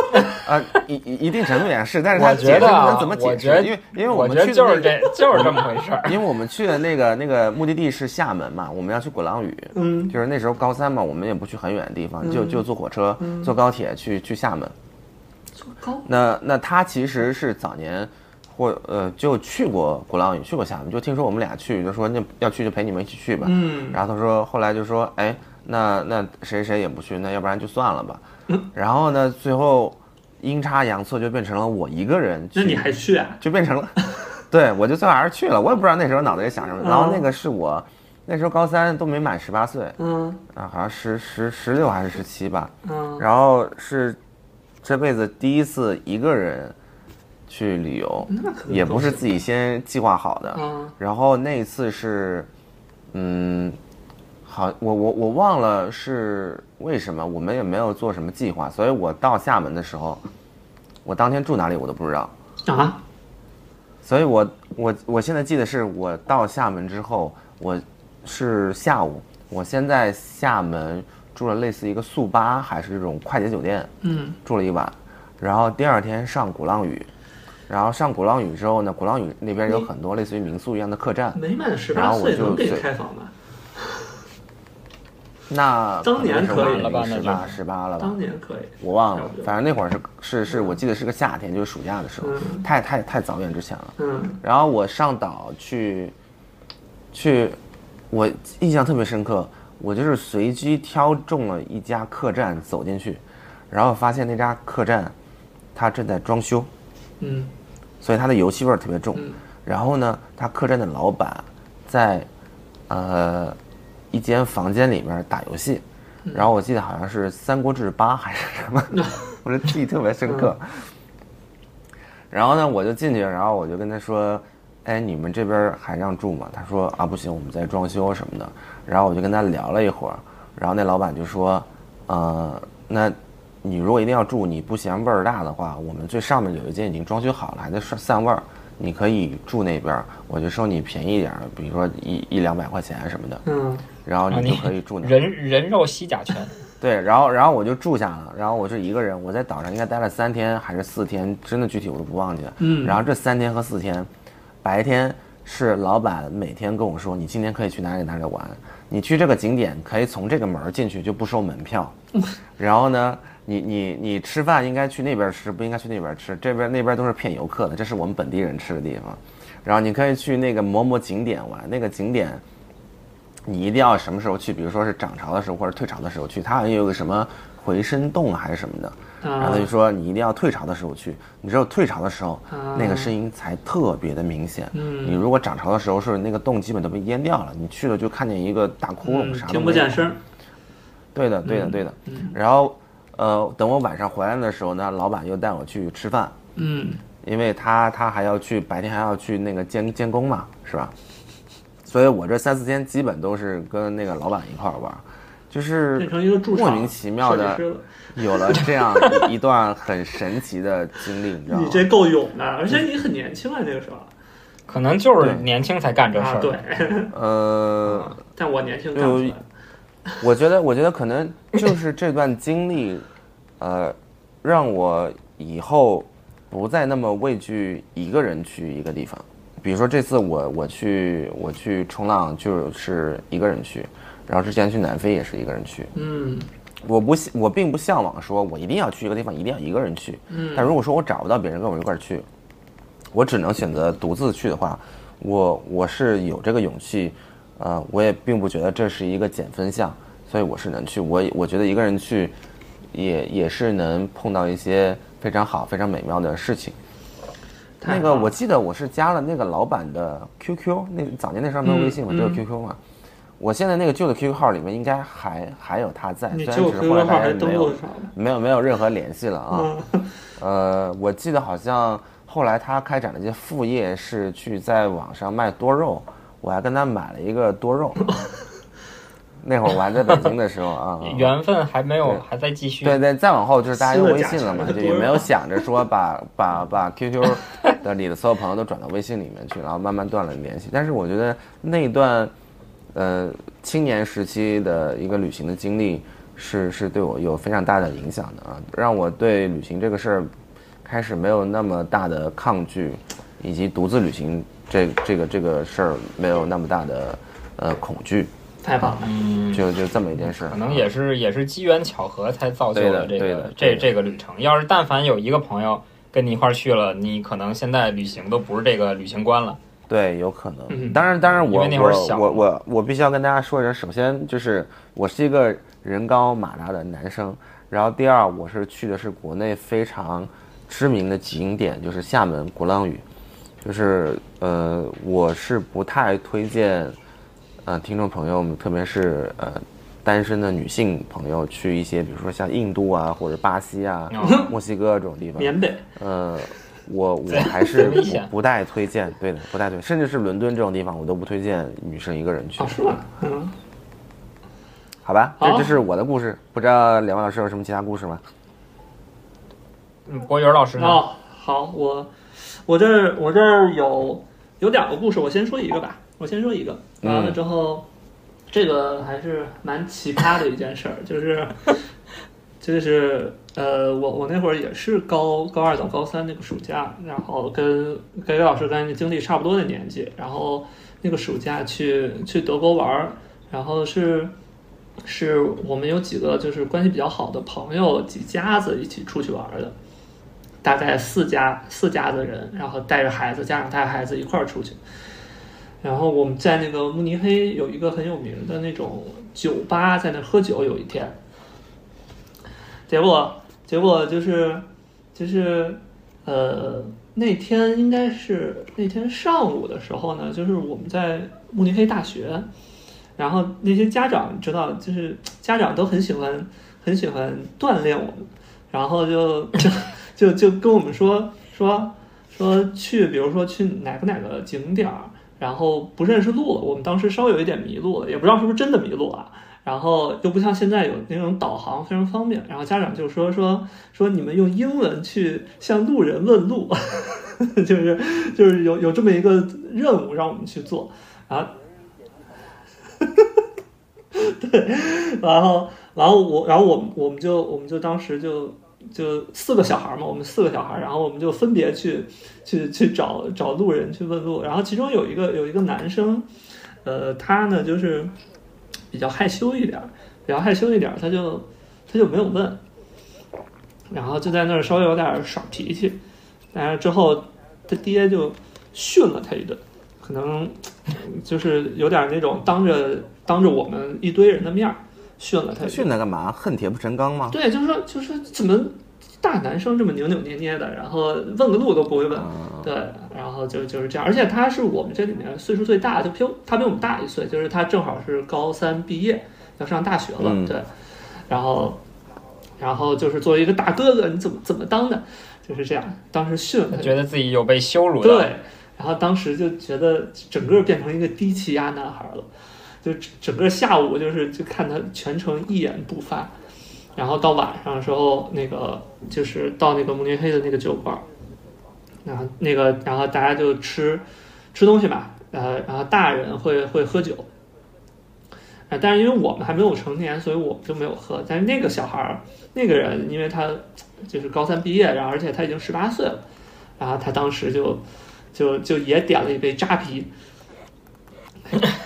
呃，一一一定程度也是，但是他
我
解
觉
释
得
不
啊，
能怎么
我
解释
觉得，
因为因为
我
们
觉得
去的
就是
那个
这，就是这么回事儿。
因为我们去的那个那个目的地是厦门嘛，我们要去鼓浪屿，
嗯
就是那时候高三嘛，我们也不去很远的地方，就就坐火车、坐高铁去去厦门。
嗯高
那那他其实是早年或呃就去过鼓浪屿，去过厦门，就听说我们俩去，就说那要去就陪你们一起去吧。
嗯
然后他说，后来就说，哎，那那谁谁也不去，那要不然就算了吧。
嗯
然后呢，最后阴差阳错就变成了我一个人去，
那你还去啊？
就变成了，对我就最后还是去了，我也不知道那时候脑子里想什么。然后那个是我那时候高三都没满十八岁，
嗯
啊，好像十十十六还是十七吧。
嗯，
然后是这辈子第一次一个人去旅游，
那可能
也不是自己先计划好的。
嗯
然后那一次是，嗯，好，我我我忘了是为什么，我们也没有做什么计划，所以我到厦门的时候，我当天住哪里我都不知道。
啊，
所以我我我现在记得是我到厦门之后，我是下午，我先在厦门住了类似一个速八还是这种快捷酒店
嗯
住了一晚，然后第二天上鼓浪屿，然后上鼓浪屿之后呢，鼓浪屿那边有很多类似于民宿一样的客栈，
没满十
然
八
后我
岁
就
能给你
睡
开房吧？
那
当年可以
了
了
吧
十
那就
八十八了吧？
当年可以，
我忘了，反正那会儿是是是我记得是个夏天，就是暑假的时候，
嗯
太太太早远之前了。
嗯
然后我上岛去，去，我印象特别深刻，我就是随机挑中了一家客栈走进去，然后发现那家客栈，它正在装修，
嗯
所以它的油漆味儿特别重。然后呢，它客栈的老板在，呃，一间房间里面打游戏，然后我记得好像是《三国志八》还是什么，我的记忆特别深刻。然后呢，我就进去，然后我就跟他说：“哎，你们这边还让住吗？”他说：“啊，不行，我们在装修什么的。”然后我就跟他聊了一会儿，然后那老板就说：“呃，那你如果一定要住，你不嫌味儿大的话，我们最上面有一间已经装修好了，还在散散味儿，你可以住那边，我就收你便宜点儿，比如说一一两百块钱什么的，
嗯
然后
啊
你就可以住那边。
人人肉吸甲醛，
对，然后然后我就住下了，然后我就一个人，我在岛上应该待了三天还是四天，真的具体我都不忘记了。
嗯
然后这三天和四天，白天是老板每天跟我说，你今天可以去哪里哪里玩，你去这个景点可以从这个门儿进去就不收门票， 然后呢，你你你吃饭应该去那边吃，不应该去那边吃，这边那边都是骗游客的，这是我们本地人吃的地方。然后你可以去那个某某景点玩，那个景点。你一定要什么时候去，比如说是涨潮的时候或者退潮的时候去，它好像有个什么回声洞还是什么的，
啊
然后他就说你一定要退潮的时候去，你只有退潮的时候，那个声音才特别的明显。
啊嗯
你如果涨潮的时候是那个洞基本都被淹掉了，你去了就看见一个大窟窿，
嗯
啥，都
听
没
不
有
见嗯声儿，
对的，对的，对的。然后，呃，等我晚上回来的时候呢，老板又带我去吃饭，
嗯
因为他他还要去白天还要去那个监监工嘛，是吧？所以我这三四天基本都是跟那个老板一块儿玩，就是
变成一个驻
莫
场
名其妙的
设计师了
有了这样一段很神奇的经历，你知道 吗
你？这够勇的，而且你很年轻啊，那个时候
可能就是
对
年轻才干这事
啊，
儿。
对，
呃，
但我年轻干不出来
有。 我觉得，我觉得可能就是这段经历， 呃，让我以后不再那么畏惧一个人去一个地方。比如说这次我我去我去冲浪就是一个人去，然后之前去南非也是一个人去。
嗯
我不希我并不向往说我一定要去一个地方一定要一个人去。但如果说我找不到别人跟我一块儿去，我只能选择独自去的话，我我是有这个勇气，呃，我也并不觉得这是一个减分项，所以我是能去。我我觉得一个人去也也是能碰到一些非常好、非常美妙的事情。
太
那
好
个
了
我记得我是加了那个老板的 QQ，那早年那时候没有微信嘛，
嗯
只有 QQ 嘛。我现在那个旧的 QQ 号里面应该还还有他在，
你
虽
只
然
有
只是后
QQ
来
号
大
还
家
登
没
录嗯
有
得上了，
没有没有任何联系了啊。呃，我记得好像后来他开展了一些副业，是去在网上卖多肉，我还跟他买了一个 多肉。那会儿我还在北京的时候啊，
缘分还没有，还在继续。
对对，再往后就是大家
新
用
的
微
假
信了
期
嘛，
的
就
多
也没
肉
有想着说把把把 QQ 的里的所有朋友都转到微信里面去，然后慢慢断了联系。但是我觉得那一段，呃，青年时期的一个旅行的经历是是对我有非常大的影响的啊，让我对旅行这个事儿开始没有那么大的抗拒，以及独自旅行这这个这个事儿没有那么大的呃恐惧，
太棒了，
就就这么一件事儿。
可能也是也是机缘巧合才造就了这
对的对的
个这
对的
这个旅程。要是但凡有一个朋友跟你一块儿去了，你可能现在旅行都不是这个旅行观了。
对，有可能。
嗯
当然，当然
因
我，
为那会儿
我
小
我我我必须要跟大家说一声，首先就是我是一个人高马大的男生，然后第二，我是去的是国内非常知名的景点，就是厦门鼓浪屿，就是呃，我是不太推荐呃听众朋友们，特别是呃单身的女性朋友去一些，比如说像印度啊或者巴西啊、
哦
墨西哥这种地方，
缅北
呃，我我还 是
危险
不不太推荐，对的，不太推，甚至是伦敦这种地方，我都不推荐女生一个人去
啊，，是吧？嗯，
好吧？这
好
这是我的故事，不知道两位老师有什么其他故事吗？
嗯，博友老师呢？
哦，好，我我这儿我这儿有有两个故事，我先说一个吧，我先说一个，完了之后，这个还是蛮奇葩的一件事儿，就是 就是呃，我我那会儿也是高高二到高三那个暑假，然后跟跟刘老师跟经历差不多的年纪，然后那个暑假去去德国玩儿，然后是。是我们有几个就是关系比较好的朋友，几家子一起出去玩儿的，大概四家四家子人，然后带着孩子，家长带着孩子一块儿出去。然后我们在那个慕尼黑有一个很有名的那种酒吧，在那喝酒。有一天，结果结果就是就是呃那天应该是那天上午的时候呢，就是我们在慕尼黑大学，然后那些家长你知道，就是家长都很喜欢很喜欢锻炼我们，然后就 就就就跟我们说说说去，比如说去哪个哪个景点儿，然后不认识路了，我们当时稍微有一点迷路了，也不知道是不是真的迷路啊。然后又不像现在有那种导航非常方便，然后家长就说说说你们用英文去向路人问路， 就是就是有有这么一个任务让我们去做，然后 然后，然后我，然后我们，我们就，我们就当时就就四个小孩嘛，我们四个小孩，然后我们就分别去去去找找路人去问路，然后其中有一个有一个男生，呃，他呢就是比较害羞一点儿，比较害羞一点儿，他就他就没有问，然后就在那儿稍微有点儿耍脾气，但是之后他爹就训了他一顿，可能嗯就是有点那种当着当着我们一堆人的面儿训了他一顿，
训他干嘛？恨铁不成钢吗？
对，就是说，就是说怎么大男生这么扭扭捏捏的，然后问个路都不会问，
啊
对，然后就就是这样。而且他是我们这里面岁数最大的，就比他比我们大一岁，就是他正好是高三毕业，要上大学了，
嗯
对，然后然后就是作为一个大哥哥，你怎么怎么当的，就是这样。当时训了他
觉得自己有被羞辱到。
对，然后当时就觉得整个变成一个低气压男孩了，就整整个下午就是就看他全程一言不发，然后到晚上的时候，那个就是到那个慕尼黑的那个酒馆，然后那个然后大家就吃吃东西吧，呃，然后大人会会喝酒，啊，但是因为我们还没有成年，所以我们就没有喝。但是那个小孩儿，那个人，因为他就是高三毕业，然后而且他已经十八岁了，然后他当时就就就也点了一杯扎啤，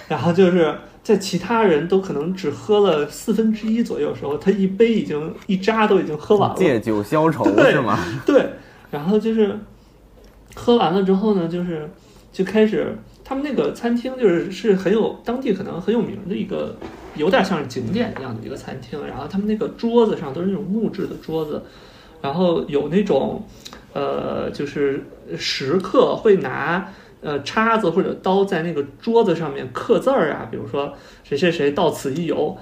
然后就是在其他人都可能只喝了四分之一左右的时候，他一杯已经一扎都已经喝完了，
借酒消愁
对
是吗？
对，然后就是喝完了之后呢，就是就开始他们那个餐厅就是是很有当地可能很有名的一个，有点像是景点一样的一个餐厅。然后他们那个桌子上都是那种木质的桌子，然后有那种呃，就是食客会拿。呃，叉子或者刀在那个桌子上面刻字儿啊，比如说谁谁谁到此一游，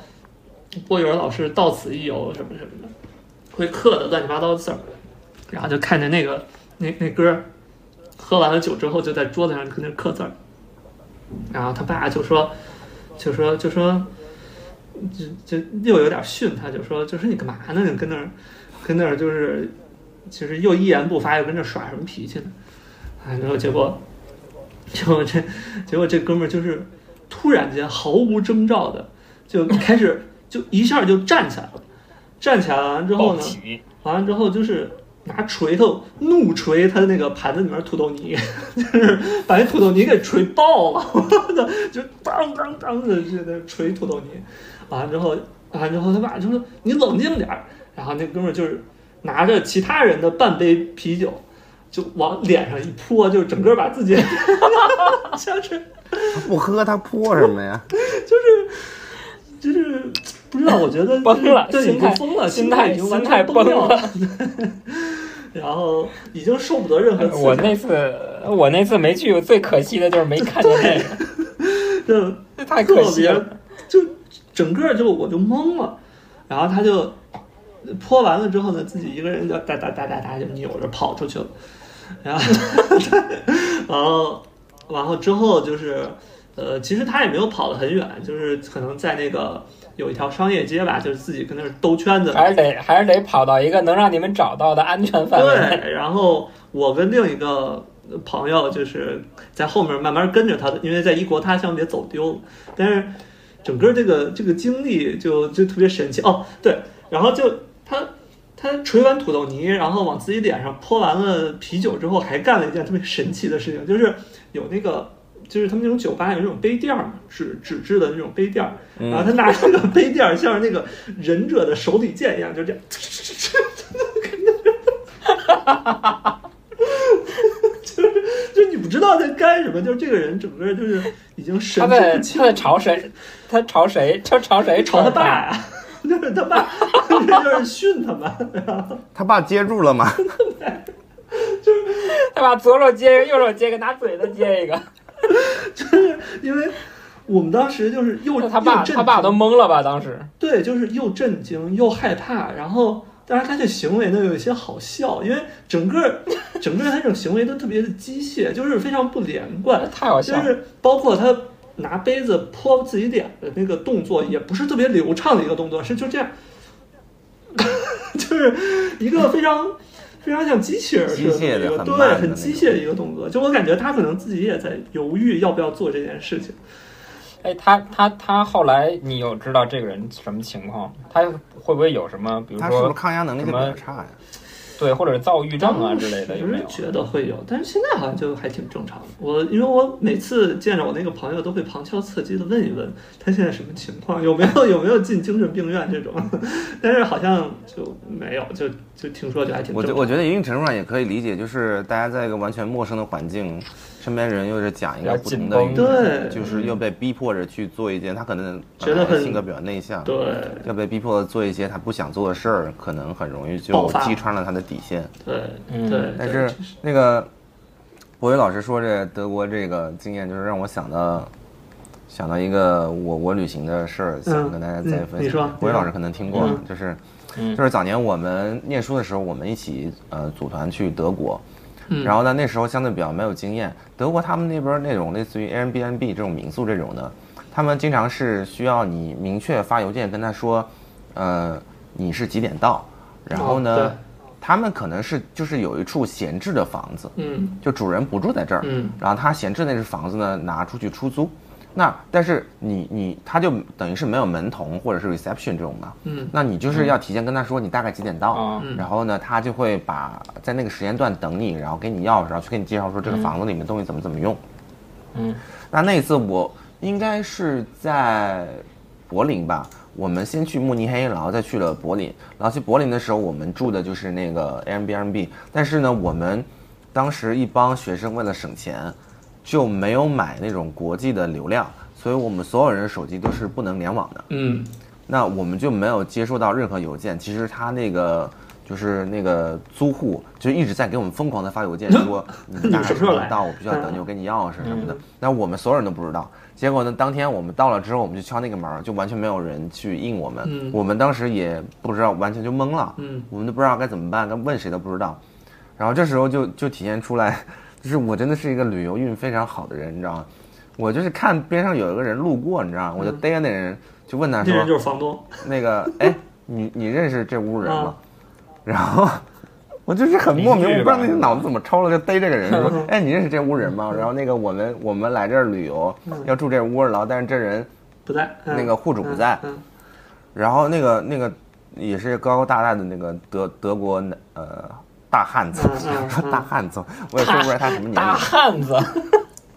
波友老师到此一游什么什么的，会刻的乱七八糟的字儿。然后就看着那个那那哥儿喝完了酒之后，就在桌子上跟那刻字儿。然后他爸就说，就说就说，就就又有点训他，就说就说你干嘛呢？你跟那儿跟那儿就是就是又一言不发，又跟那儿耍什么脾气呢？啊，然后结果结果这结果这哥们儿就是突然间毫无征兆的就开始就一下就站起来了，站起来完之后
暴
呢？
起，
完了之后就是拿锤头怒锤他那个盘子里面土豆泥， 就是把那土豆泥给锤爆了， 我操，就当当当的就在锤土豆泥。完了之后，完了之后他爸就说：“你冷静点儿。”然后那哥们儿就是拿着其他人的半杯啤酒，就往脸上一泼，就整个把自己 像是
他不喝他泼什么呀？
就是不知道，我觉得就是
崩了
对，已
心
经
态
疯了，
心态
已经完
心态
全崩
崩
掉了，然后已经受不得任何刺激。
我那次我那次没去，最可惜的就是没看见那个，
就
这太
特
可惜
别
了。，
就整个就我就懵了，然后他就泼完了之后呢，自己一个人就哒哒哒哒哒就扭着跑出去了，然后， 然后，然后之后就是，呃，其实他也没有跑得很远，就是可能在那个有一条商业街吧，就是自己跟那儿兜圈子，
还是得还是得跑到一个能让你们找到的安全范围内。
对，然后我跟另一个朋友就是在后面慢慢跟着他的，因为在异国他乡别走丢了。但是整个这个这个经历就就特别神奇哦，对，然后就他他捶完土豆泥，然后往自己脸上泼完了啤酒之后，还干了一件特别神奇的事情，就是有那个。就是他们那种酒吧有那种杯垫儿嘛，纸纸质的那种杯垫儿，
嗯
然后他拿那个杯垫儿，像是那个忍者的手里剑一样，就这样，就是你不知道在干什么，就是这个人整个就是已经神
他
志
在
不清
他，在朝谁？他朝谁？他朝谁？
朝他爸呀、就是他爸，就是训他们，然后
他爸接住了 吗？
他把左手接一个，右手接一个，拿嘴都接一个。
就是因为我们当时就是又
那他爸
又震
他爸都
惊
懵了吧？当时
对，就是又震惊又害怕，然后当然他这行为呢有一些好笑，因为整个整个他这种行为都特别的机械，就是非常不连贯，
太好笑
就
了。
是包括他拿杯子泼自己脸的那个动作，也不是特别流畅的一个动作，是就这样， 就是一个非常非常像机器人似
机械
的
的
一个，
很慢
对，
的
很
那
机
种
械的一个动作。就我感觉他可能自己也在犹豫要不要做这件事情。
哎，他他他后来你有知道这个人什么情况？他会不会有什么，比如
他是不是
说
抗压能力就比较差呀？
对，或者是躁郁症啊之类的？有
我
没
是
有？
觉得会有，但是现在好像就还挺正常的。我因为我每次见着我那个朋友，都会旁敲侧击的问一问他现在什么情况，有没有有没有进精神病院这种， 但是好像就没有，就就听说就还挺
我
正
觉
常。
我觉得一定程度上也可以理解，就是大家在一个完全陌生的环境，身边人又是讲一个不同的
比较
语
紧绷对
言，就是又被逼迫着去做一件他可能呃
觉得很
性格比较内向，
对
要被逼迫做一些他不想做的事儿，可能很容易
爆
就
发
击穿了他的底线。
对
嗯
对，
但
对
是那个博宇老师说这德国这个经验，就是让我想到想到一个我我旅行的事儿，想跟大家再
嗯
分
你说
享。博
你说
宇
嗯
老师可能听过啊，就是就是早年我们念书的时候，我们一起呃组团去德国，
嗯
然后呢，那时候相对比较没有经验。德国他们那边那种类似于 Airbnb 这种民宿这种的，他们经常是需要你明确发邮件跟他说，呃，你是几点到，然后呢，
哦对
他们可能是就是有一处闲置的房子，
嗯
就主人不住在这儿，
嗯
然后他闲置那只房子呢拿出去出租，那但是你你他就等于是没有门童或者是 reception 这种的，
嗯
那你就是要提前跟他说你大概几点到
啊，
然后呢他就会把在那个时间段等你，然后给你钥匙，然后去给你介绍说这个房子里面东西怎么怎么用。
嗯，
那那一次我应该是在柏林吧，我们先去慕尼黑，然后再去了柏林。然后去柏林的时候，我们住的就是那个 Airbnb，但是呢，我们当时一帮学生为了省钱，就没有买那种国际的流量，所以我们所有人手机都是不能联网的。
嗯
那我们就没有接收到任何邮件。其实他那个就是那个租户就一直在给我们疯狂的发 邮件，说嗯你大概什么时候到，我必须要等你，我给你钥匙什么的。那我们所有人都不知道。结果呢，当天我们到了之后，我们就敲那个门儿，就完全没有人去应我们
嗯。
我们当时也不知道，完全就懵了。
嗯
我们都不知道该怎么办，该问谁都不知道。然后这时候就就体现出来， 就是我真的是一个旅游运非常好的人，你知道吗？我就是看边上有一个人路过，你知道吗？我就逮着那人，就问他
那
说：“
嗯人就是房东，
那个，哎，你你认识这屋人吗
啊？
然后我就是很莫名，我
邻居
不知道
吧
那个脑子怎么抽了，就逮这个人说，
嗯
哎，你认识这屋人吗？然后那个我们我们来这儿旅游，要住这屋，然后但是这人，
不在，嗯
那个户主不在
嗯
然后那个那个也是高高大大的那个德德国男呃大汉子
嗯嗯，嗯
大汉子，我也说不出来他什么年
大
龄。
汉子，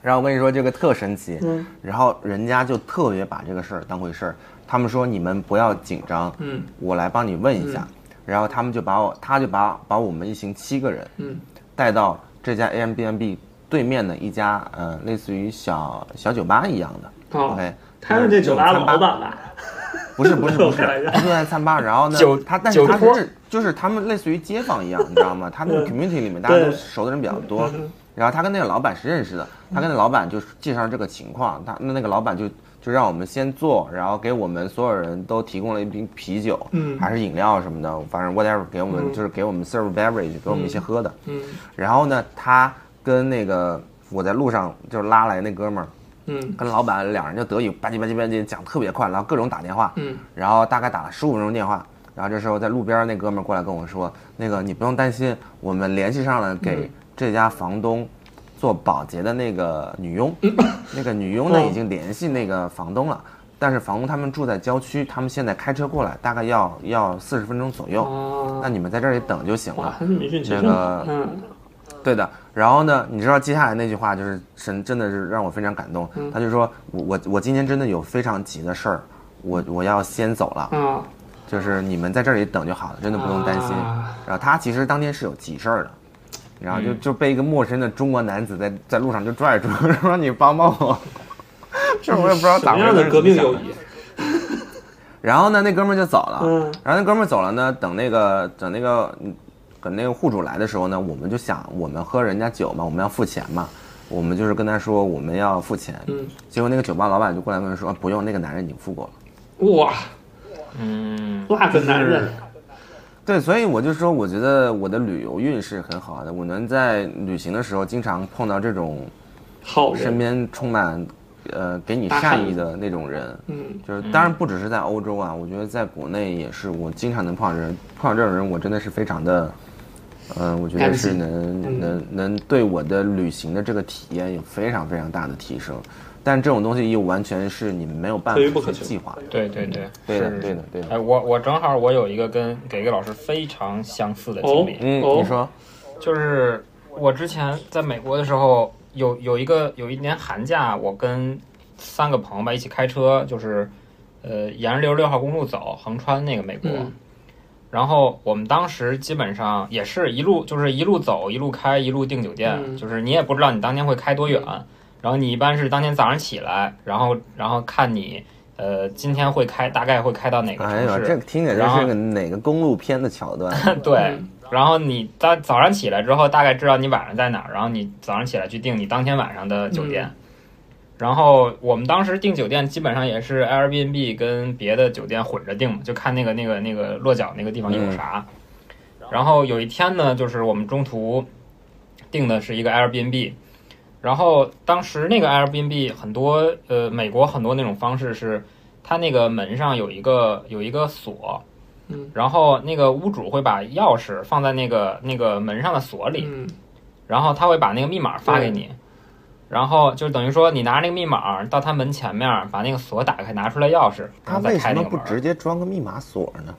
然后我跟你说这个特神奇，
嗯
然后人家就特别把这个事儿当回事儿，他们说你们不要紧张，
嗯
我来帮你问一下，然后他们就把我，他就把把我们一行七个人
嗯
带到这家 Airbnb 对面的一家呃类似于小小酒吧一样的、哎
哦
o k
他是这酒吧老板吧？
不是 不是不是，
开玩笑
他就在餐吧，然后呢
酒，
他但是他
酒托
是就是他们类似于街坊一样，你知道吗？他那个 community 里面大家都
对嗯
熟的人比较多，然后他跟那个老板是认识的，他跟那老板就是介绍这个情况，他那那个老板就就让我们先坐，然后给我们所有人都提供了一瓶啤酒，
嗯
还是饮料什么的，反正 whatever 给我们、
嗯
就是给我们 serve beverage，给我们一些喝的，
嗯
然后呢，他跟那个我在路上就拉来那哥们儿。
嗯
跟老板两人就德语吧唧吧唧吧唧讲特别快，然后各种打电话，
嗯，
然后大概打了十五分钟电话，然后这时候在路边那哥们儿过来跟我说，那个你不用担心，我们联系上了
嗯
给这家房东做保洁的那个女佣，那个女佣呢
嗯哦
已经联系那个房东了，但是房东他们住在郊区，他们现在开车过来大概要要四十分钟左右，
哦
那你们在这里等就行
哇，
了。
还是名训学生
那个
呢，嗯
对的，然后呢，你知道接下来那句话就是神，真的是让我非常感动。
嗯
他就说我我我今天真的有非常急的事儿，
嗯
我我要先走了，
啊，
就是你们在这里等就好了，真的不用担心。
啊嗯
然后他其实当天是有急事儿的，然后就就被一个陌生的中国男子在在路上就拽住，说你帮帮我。这我也不知道
什
咋
么
回
样
事。
的革命友
是
谊？
然后呢，那哥们儿就走了。
嗯
然后那哥们儿走了呢，等那个等那个嗯等那个户主来的时候呢，我们就想，我们喝人家酒嘛，我们要付钱嘛，我们就是跟他说我们要付钱。
嗯，
结果那个酒吧老板就过来跟他说，啊不用，那个男人已经付过了。
哇，
嗯，
那个男人，
对，所以我就说，我觉得我的旅游运是很好的，啊我能在旅行的时候经常碰到这种
好人
身，边充满呃给你
大
善
汉
意的那种人。
嗯
就是当然不只是在欧洲啊，我觉得在国内也是，我经常能碰到人，碰到这种人，我真的是非常的，嗯、我觉得
感
是
激
能
嗯
能能对我的旅行的这个体验有非常非常大的提升。但这种东西又完全是你没有办
可遇不
法
可
去
求
计划的。
对对对，
对的
是
对的对的
哎，我我正好我有一个跟给给老师非常相似的经历，
嗯，
哦
你说，
就是我之前在美国的时候，有有一个有一年寒假，我跟三个朋友吧一起开车，就是呃沿着六十六号公路走，横穿那个美国。
嗯
然后我们当时基本上也是一路就是一路走一路开一路订酒店，
嗯
就是你也不知道你当天会开多远，然后你一般是当天早上起来，然后然后看你呃今天会开大概会开到哪个城
哎
市，
呦，这个听起来
然
就
后
是个哪个公路片的 桥段。
对
嗯，
然后你大早上起来之后，大概知道你晚上在哪儿，然后你早上起来去订你当天晚上的酒店。然后我们当时订酒店基本上也是 Airbnb 跟别的酒店混着订嘛，就看那个那个那个落脚那个地方有啥。然后有一天呢，就是我们中途订的是一个 Airbnb，然后当时那个 Airbnb 很多呃美国很多那种方式是，它那个门上有一个有一个锁，
嗯
然后那个屋主会把钥匙放在那个那个门上的锁里，
嗯
然后他会把那个密码发给你，然后就等于说你拿那个密码到他门前面把那个锁打开，拿出来钥匙，然
他
后再
为
开
什
那个
么不
门。
直接装个密码锁呢？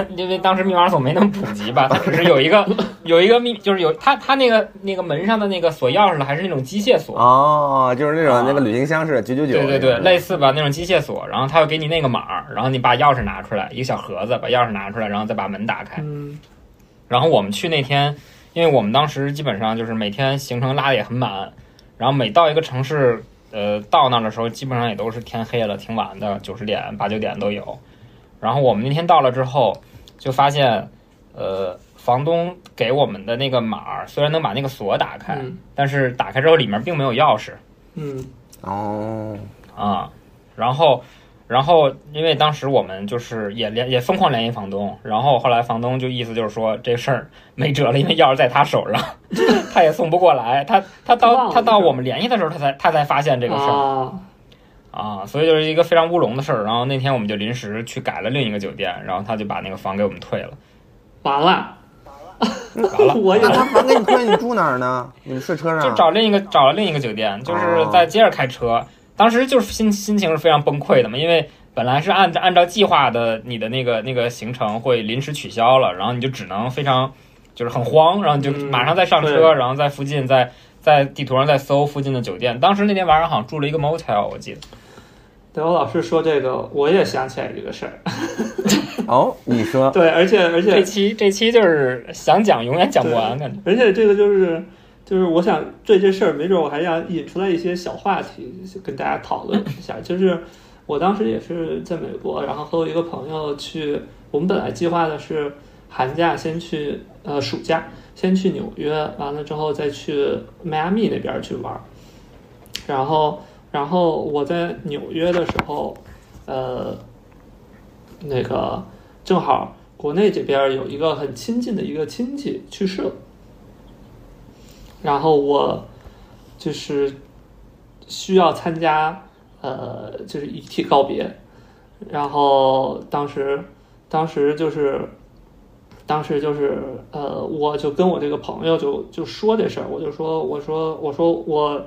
因为当时密码锁没那么普及 吧，它只是有一个有一个密，就是有它它那个那个门上的那个锁钥匙呢，还是那种机械锁，
哦，就是那种、
啊
那个旅行箱式九九九，
对对对，类似吧那种机械锁，然后它会给你那个码儿，然后你把钥匙拿出来，一个小盒子，把钥匙拿出来，然后再把门打开。
嗯
然后我们去那天，因为我们当时基本上就是每天行程拉的也很满，然后每到一个城市，呃，到那儿的时候基本上也都是天黑了，挺晚的，九十点、八九点都有。然后我们那天到了之后，就发现，呃，房东给我们的那个码儿虽然能把那个锁打开，
嗯
但是打开之后里面并没有钥匙
嗯
哦，
啊。然后，然后因为当时我们就是也联也疯狂联系房东，然后后来房东就意思就是说这事儿没辙了，因为钥匙在他手上， 他也送不过来。他他
他忘
到
了
他到
这事儿
我们联系的时候，他才他才发现这个事儿。
啊，
啊，所以就是一个非常乌龙的事儿。然后那天我们就临时去改了另一个酒店，然后他就把那个房给我们退了。
完了，
完了，
我也
那他房给你退，你住哪儿呢？你们睡车上啊？
就找另一个找了另一个酒
哦
店，就是在接着开车。当时就是心心情是非常崩溃的嘛，因为本来是按照按照计划的你的那个那个行程会临时取消了，然后你就只能非常就是很慌，然后你就
嗯
马上再上车，
对
然后在附近在在地图上再搜附近的酒店。当时那天晚上好像住了一个 motel，我记得。
对我老师说这个，我也想起来一个事儿。
哦，你说
对，而且而且
这期这期就是想讲永远讲不完，感觉。
而且这个就是就是我想对这事儿，没准我还想引出来一些小话题，跟大家讨论一下。就是我当时也是在美国，然后和我一个朋友去，我们本来计划的是寒假先去，呃，暑假先去纽约，完了之后再去迈阿密那边去玩儿。然后，然后我在纽约的时候，呃，那个正好国内这边有一个很亲近的一个亲戚去世了，然后我就是需要参加呃，就是遗体告别，然后当时当时就是。当时就是，呃，我就跟我这个朋友就就说这事儿，我就说，我说，我说我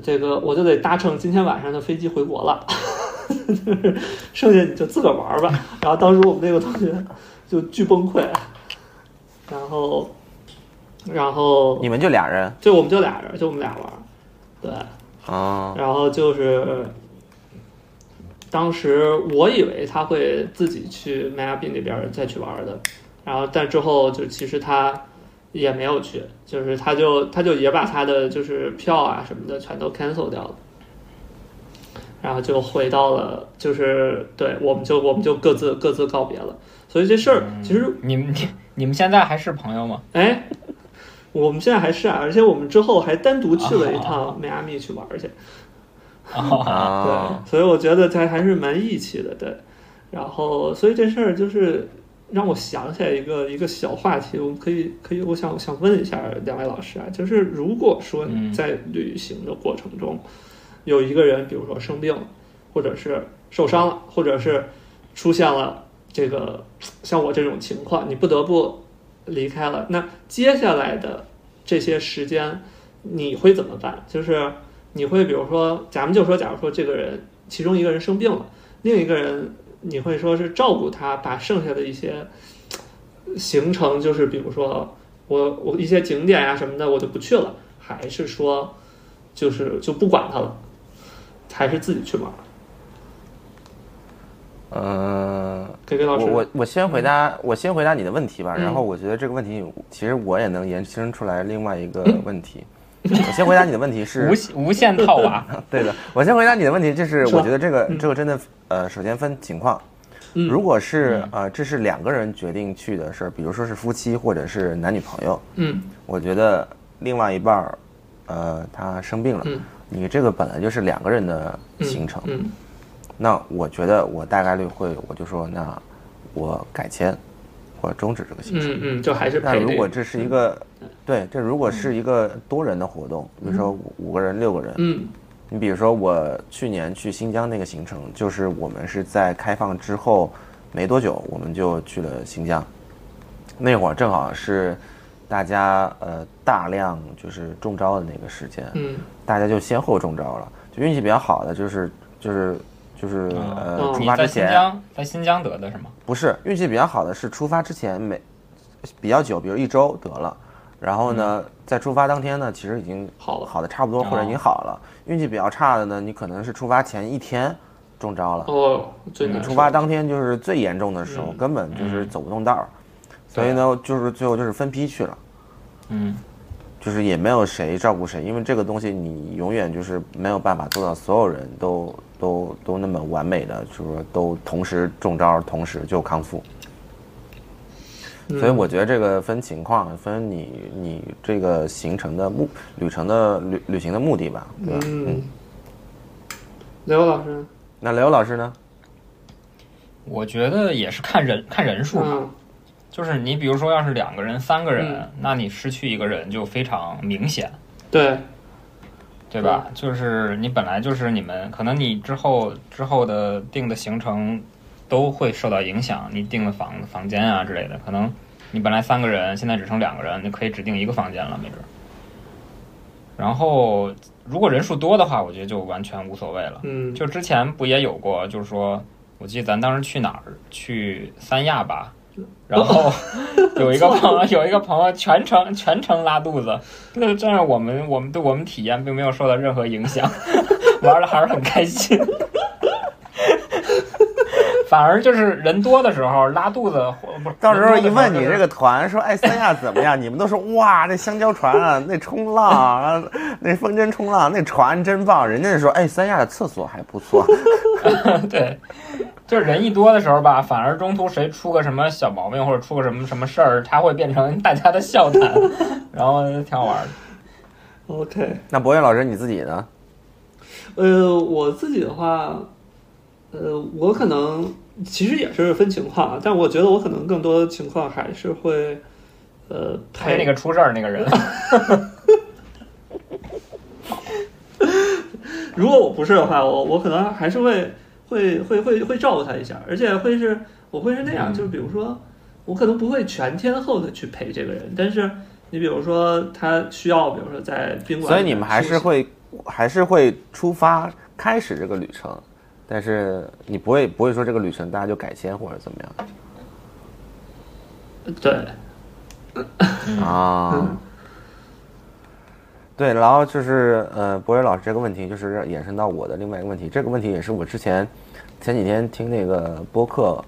这个我就得搭乘今天晚上的飞机回国了， 就是剩下你就自个儿玩儿吧。然后当时我们那个同学就巨崩溃，然后，然后
你们就俩人
就我们就俩人，就我们俩玩儿，对，
哦，
然后就是当时我以为他会自己去迈阿密那边儿再去玩儿的，然后但之后就其实他也没有去，就是他就他就也把他的就是票啊什么的全都 cancel 掉了。然后就回到了，就是对，我们就我们就各自各自告别了。所以这事儿其实
你们你你们现在还是朋友吗？
哎，我们现在还是啊，而且我们之后还单独去了一趟迈阿密去玩儿去，
哦，
对，所以我觉得这还是蛮义气的，对。然后，所以这事儿就是让我想起来一个一个小话题，我们可以可以，我想我想问一下两位老师啊，就是如果说
嗯
在旅行的过程中，有一个人比如说生病了，或者是受伤了，或者是出现了这个像我这种情况，你不得不离开了，那接下来的这些时间你会怎么办？就是你会比如说，咱们就说，假如说这个人其中一个人生病了，另一个人你会说是照顾他，把剩下的一些呃行程，就是比如说我我一些景点呀、啊什么的，我就不去了，还是说就是就不管他了，还是自己去玩？
嗯、
给给老师，
我我我先回答我先回答你的问题吧，
嗯
然后我觉得这个问题其实我也能延伸出来另外一个问题。我先回答你的问题是
无限无限套 娃，
对的，我先回答你的问题，就是
说
我觉得这个
嗯
这个真的，呃，首先分情况，
嗯
如果是呃这是两个人决定去的事儿，比如说是夫妻或者是男女朋友，
嗯
我觉得另外一半儿，呃，他生病了
嗯，
你这个本来就是两个人的行程，
嗯
那我觉得我大概率会，我就说那我改签，或者终止这个行程。
嗯嗯，就还是
那
陪
如
这
果
个。
这是一个，对，这如果是一个多人的活动，比如说五五个人、六个人，
嗯
你比如说我去年去新疆那个行程，就是我们是在开放之后没多久，我们就去了新疆。那会儿正好是大家呃大量就是中招的那个时间，
嗯
大家就先后中招了。就运气比较好的就是就是就是
哦
呃
哦
出
你
发
在
之
新
前，
疆，在新疆得的是吗？
不是运气比较好的是出发之前没比较久，比如一周得了，然后呢，
嗯
在出发当天呢，其实已经
好了
好的差不多或者
哦
已经好了。运气比较差的呢，你可能是出发前一天中招了，
哦，最
你
难
嗯出发
受
当天就是最严重的时候，
嗯
根本就是走不动道儿，所以呢，就是最后就是分批去了。
嗯，
就是也没有谁照顾谁，因为这个东西你永远就是没有办法做到所有人都都都那么完美的，就是说都同时中招，同时就康复。
嗯
所以我觉得这个分情况，分你你这个行程的目旅程的旅旅行的目的吧，对吧？
嗯，刘老师，
那刘老师呢？
我觉得也是看人看人数吧。
嗯
就是你比如说，要是两个人、三个人，
嗯
那你失去一个人就非常明显，
对，
对
嗯
吧？就是你本来就是你们，可能你之后之后的定的行程都会受到影响，你订的房房间啊之类的，可能你本来三个人，现在只剩两个人，你可以只订一个房间了，没准儿。然后如果人数多的话，我觉得就完全无所谓了。
嗯，
就之前不也有过，就是说，我记得咱当时去哪儿？去三亚吧，然后有一个朋友， 有一个朋友全程全程拉肚子，那这样我们我们对我们体验并没有受到任何影响， 玩的还是很开心。 反而就是人多的时候拉肚子，或不是
到时候一问你
人多的时候就是
这个团说，哎，三亚怎么样？你们都说哇，那香蕉船啊，那冲浪啊，那风筝冲浪，那船真棒。人家就说，哎，三亚的厕所还不错。
对，就是人一多的时候吧，反而中途谁出个什么小毛病或者出个什么什么事儿，它会变成大家的笑谈， 然后挺好玩的。
OK，
那博远老师你自己呢？
呃，我自己的话，呃，我可能其实也是分情况啊，但我觉得我可能更多的情况还是会，呃，
还有
陪
那个出事儿那个人，
如果我不是的话，我我可能还是会会会会会照顾他一下，而且会是我会是那样，就是比如说我可能不会全天候的去陪这个人，但是你比如说他需要，比如说在宾馆，
所以你们还是，会还是会出发开始这个旅程，但是你不会不会说这个旅程大家就改签或者怎么样。
对，
啊
嗯。
对，然后就是呃，博远老师这个问题，就是衍生到我的另外一个问题。这个问题也是我之前前几天听那个播客，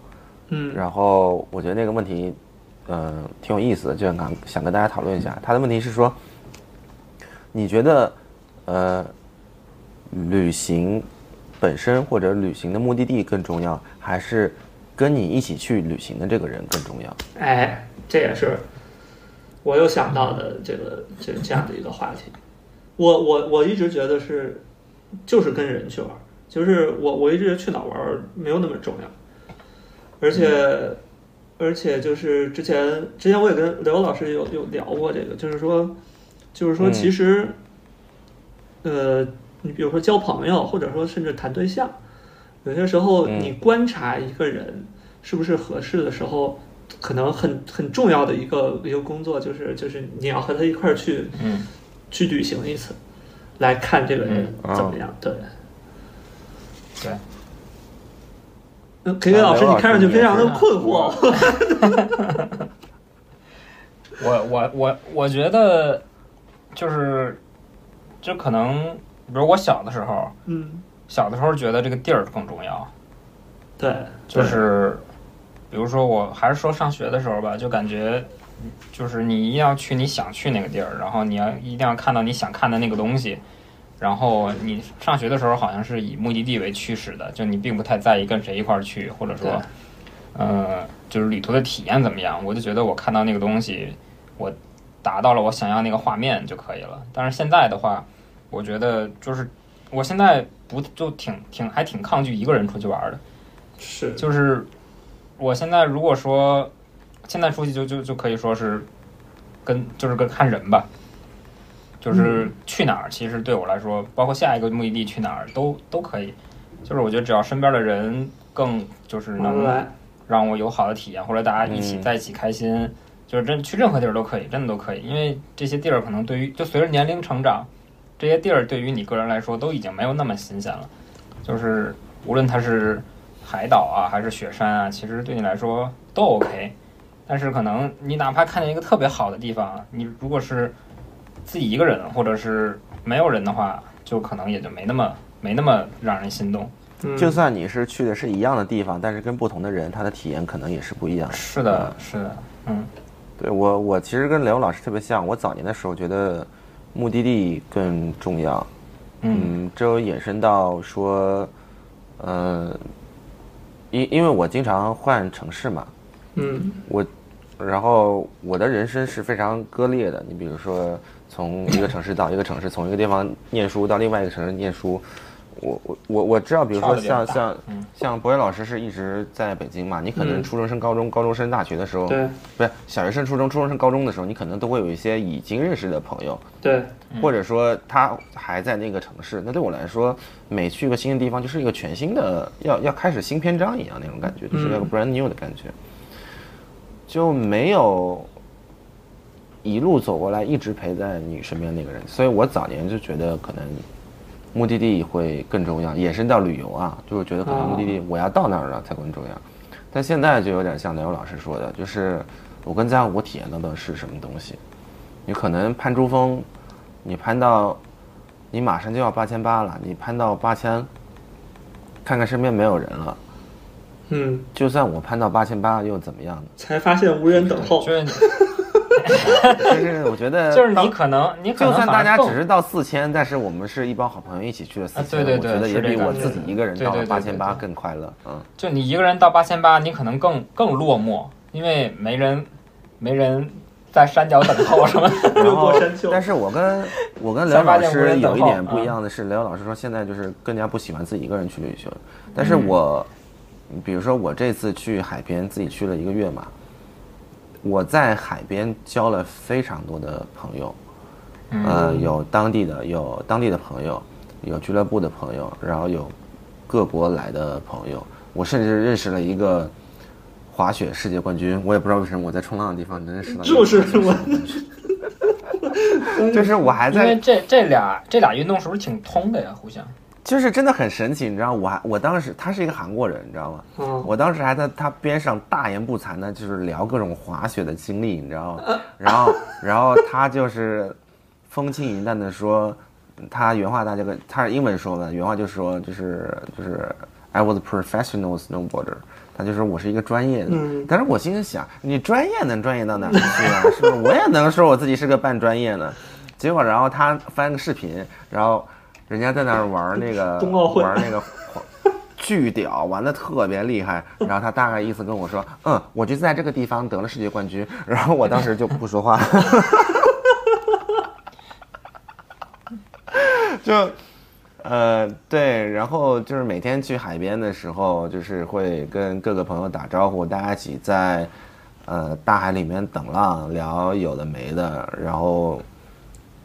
嗯，
然后我觉得那个问题，嗯、挺有意思的，就想想跟大家讨论一下。他的问题是说，你觉得呃，旅行本身或者旅行的目的地更重要，还是跟你一起去旅行的这个人更重要？
哎，这也是我又想到的这个这这样的一个话题。我我我一直觉得是，就是跟人去玩儿，就是我我一直觉得去哪儿玩儿没有那么重要，而且而且就是之前之前我也跟刘老师有有聊过这个，就是说就是说
嗯
其实，呃，你比如说交朋友，或者说甚至谈对象，有些时候
嗯
你观察一个人是不是合适的时候，可能很很重要的一个一个工作就是就是你要和他一块儿去
嗯，
去旅行一次，来看这个人
嗯
怎么样。对，
对，
那 K K 老师，
刘
你
老师
看上去非常的
也是
困惑。
我我我我觉得就是，就可能比如我小的时候，
嗯，
小的时候觉得这个地儿更重要，
对，
就是比如说我还是说上学的时候吧，就感觉就是你一定要去你想去那个地儿，然后你要一定要看到你想看的那个东西。然后你上学的时候好像是以目的地为驱使的，就你并不太在意跟谁一块儿去，或者说，呃，就是旅途的体验怎么样。我就觉得我看到那个东西，我达到了我想要那个画面就可以了。但是现在的话，我觉得就是我现在不就挺挺还挺抗拒一个人出去玩儿的，
是，
就是我现在如果说现在出去就就就可以说是跟就是跟看人吧，就是去哪儿，其实对我来说，包括下一个目的地去哪儿都都可以，就是我觉得只要身边的人更就是
玩不
能
来，
让我有好的体验，或者大家一起
嗯
在一起开心，就是真去任何地儿都可以，真的都可以，因为这些地儿可能对于就随着年龄成长，这些地儿对于你个人来说都已经没有那么新鲜了，就是无论它是海岛啊还是雪山啊，其实对你来说都 OK。但是可能你哪怕看见一个特别好的地方，你如果是自己一个人或者是没有人的话，就可能也就没那么没那么让人心动。
嗯
就算你是去的是一样的地方，但是跟不同的人，他的体验可能也是不一样的。
是的，是的，嗯
对我，我其实跟刘老师特别像。我早年的时候觉得目的地更重要，
嗯
嗯，这又衍生到说，呃，因因为我经常换城市嘛，
嗯
我，然后我的人生是非常割裂的。你比如说，从一个城市到一个城市，从一个地方念书到另外一个城市念书，我我我我知道，比如
跳
说
得比较
像
大
像
嗯
像博远老师是一直在北京嘛，你可能
嗯
初中升高中、高中升大学的时候，
对
不是小学升初中、初中升高中的时候，你可能都会有一些已经认识的朋友，
对，
或者说他还在那个城市。那对我来说，每去一个新的地方，就是一个全新的，要要开始新篇章一样那种感觉，就是那个 brand new 的感觉，就没有一路走过来一直陪在你身边那个人。所以我早年就觉得可能。目的地会更重要，延伸到旅游啊，就是觉得可能目的地我要到那儿了才更重要。但现在就有点像梁勇老师说的，就是我更在乎我体验到的是什么东西。你可能攀珠峰，你攀到，你马上就要八千八了，你攀到八千，看看身边没有人了，
嗯，
就算我攀到八千八又怎么样呢？
才发现无人等候
就，是你
就是我觉得 到，
就是你可能你可
呃就
能
算
反而
大家
更
只是到四千，但是我们是一帮好朋友一起去了四
啊
千、
对对
我
对
觉得也
是这
比
个
我
是
自己一个人
对
到了
对对
八
对
千
对
八更快乐。嗯，
就你一个人到八千八，你可能更更落寞，因为没人没人在山脚等候 什么的。
越
然后
过山丘，
但是我跟我跟刘老师有一点不一样的是，刘老师说现在就是更加不喜欢自己一个人去旅行，但是我，比如说我这次去海边自己去了一个月嘛，我在海边交了非常多的朋友，呃，有当地的有当地的朋友，有俱乐部的朋友，然后有各国来的朋友，我甚至认识了一个。滑雪世界冠军，我也不知道为什么我在冲浪的地方能认识到一个
就是
滑雪世界
我
冠军，就是我还
因
在
为这这俩这俩运动是不是挺通的呀？互相
就是真的很神奇，你知道，我还我当时他是一个韩国人，你知道吗？
嗯
我当时还在他边上大言不惭的，就是聊各种滑雪的经历，你知道吗？然后然后他就是风轻云淡的说，他原话大家跟他是英文说的，原话就说就是就是 I was a professional snowboarder，他就说我是一个专业的，
嗯
但是我心里想，你专业能专业到哪儿去啊？是不是？我也能说我自己是个半专业呢？结果然后他翻个视频，然后人家在那儿玩那个
冬奥会
玩那个滑巨屌，玩的特别厉害。然后他大概意思跟我说，嗯，我就在这个地方得了世界冠军。 然后我当时就不说话， 就。呃，对，然后就是每天去海边的时候，就是会跟各个朋友打招呼，大家一起在呃大海里面等浪，聊有的没的，然后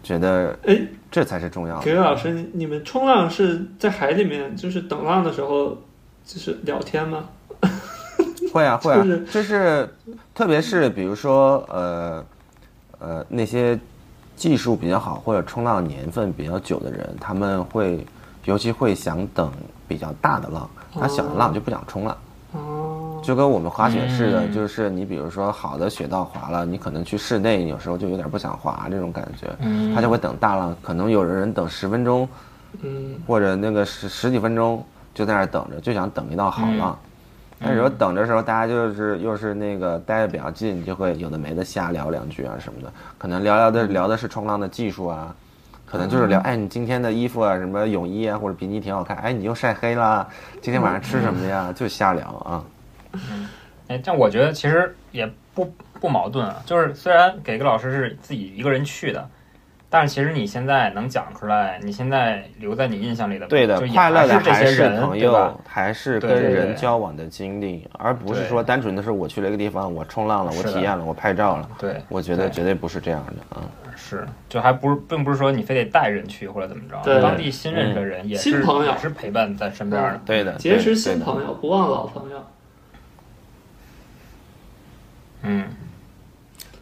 觉得
哎，
这才是重要
给
的。
老师，你们冲浪是在海里面，就是等浪的时候，就是聊天吗？
会啊，会啊
就是，
就是特别是比如说呃呃那些技术比较好或者冲浪年份比较久的人，他们会尤其会想等比较大的浪，他小的浪就不想冲了。
哦，
就跟我们滑雪似的，
嗯
就是你比如说好的雪道滑了，你可能去室内有时候就有点不想滑这种感觉，
嗯
他就会等大浪，可能有的人等十分钟
嗯，
或者那个十十几分钟就在那儿等着，就想等一道好浪。但是有时候等的时候，大家就是又是那个待的比较近，就会有的没的瞎聊两句啊什么的，可能聊聊的聊的是冲浪的技术啊，可能就是聊哎你今天的衣服啊什么泳衣啊或者比基尼挺好看，哎你又晒黑啦，今天晚上吃什么呀？就瞎聊啊。
哎，但我觉得其实也不不矛盾啊。就是虽然给个老师是自己一个人去的，但是其实你现在能讲出来，你现在留在你印象里的，
对的
就，也
快乐的
是这
还
些
是
人，
朋
对吧
友？，还是
对
跟
对
人
对
交往的经历，而不是
对
说单纯的是我去了一个地方，我冲浪了，我
是的
体验了，我拍照了。
对，
我觉得
对
绝对不是这样的啊。
是，嗯就还不是，并不是说你非得带人去或者怎么着，
对
当地新认识的人也是
新朋友
也是陪伴在身边的。
对的，
结识
对
新。
对
朋
的
友，不忘老朋友。
嗯，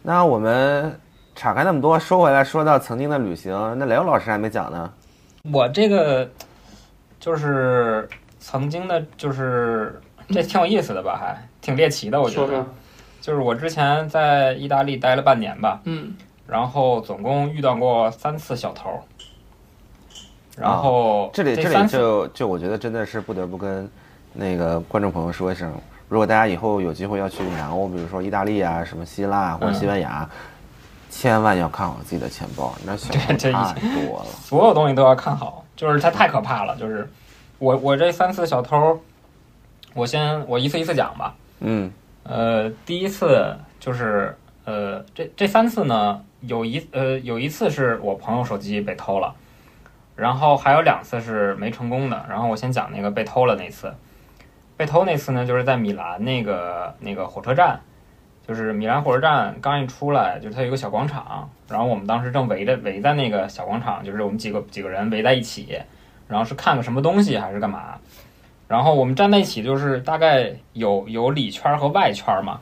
那我们岔开那么多，说回来，说到曾经的旅行，那雷欧老师还没讲呢。
我这个就是曾经的，就是这挺有意思的吧，还挺猎奇的，我觉
说
得
说。，
就是我之前在意大利待了半年吧，
嗯，
然后总共遇到过三次小偷儿，然
啊
后、
这里
这
这
三
里
次
就就我觉得真的是不得不跟那个观众朋友说一声，如果大家以后有机会要去南欧，比如说意大利啊、什么希腊啊或者西班牙，
嗯
千万要看好自己的钱包，那小偷
对这一
太多了。
所有东西都要看好，就是它太可怕了。就是我我这三次小偷儿，我先我一次一次讲吧。
嗯
呃，第一次就是呃，这这三次呢，有一呃有一次是我朋友手机被偷了，然后还有两次是没成功的。然后我先讲那个被偷了那次，被偷那次呢，就是在米兰那个那个火车站，就是米兰火车站刚一出来，就是它有一个小广场，然后我们当时正围着围在那个小广场，就是我们几个几个人围在一起，然后是看个什么东西还是干嘛，然后我们站在一起就是大概有有里圈和外圈嘛，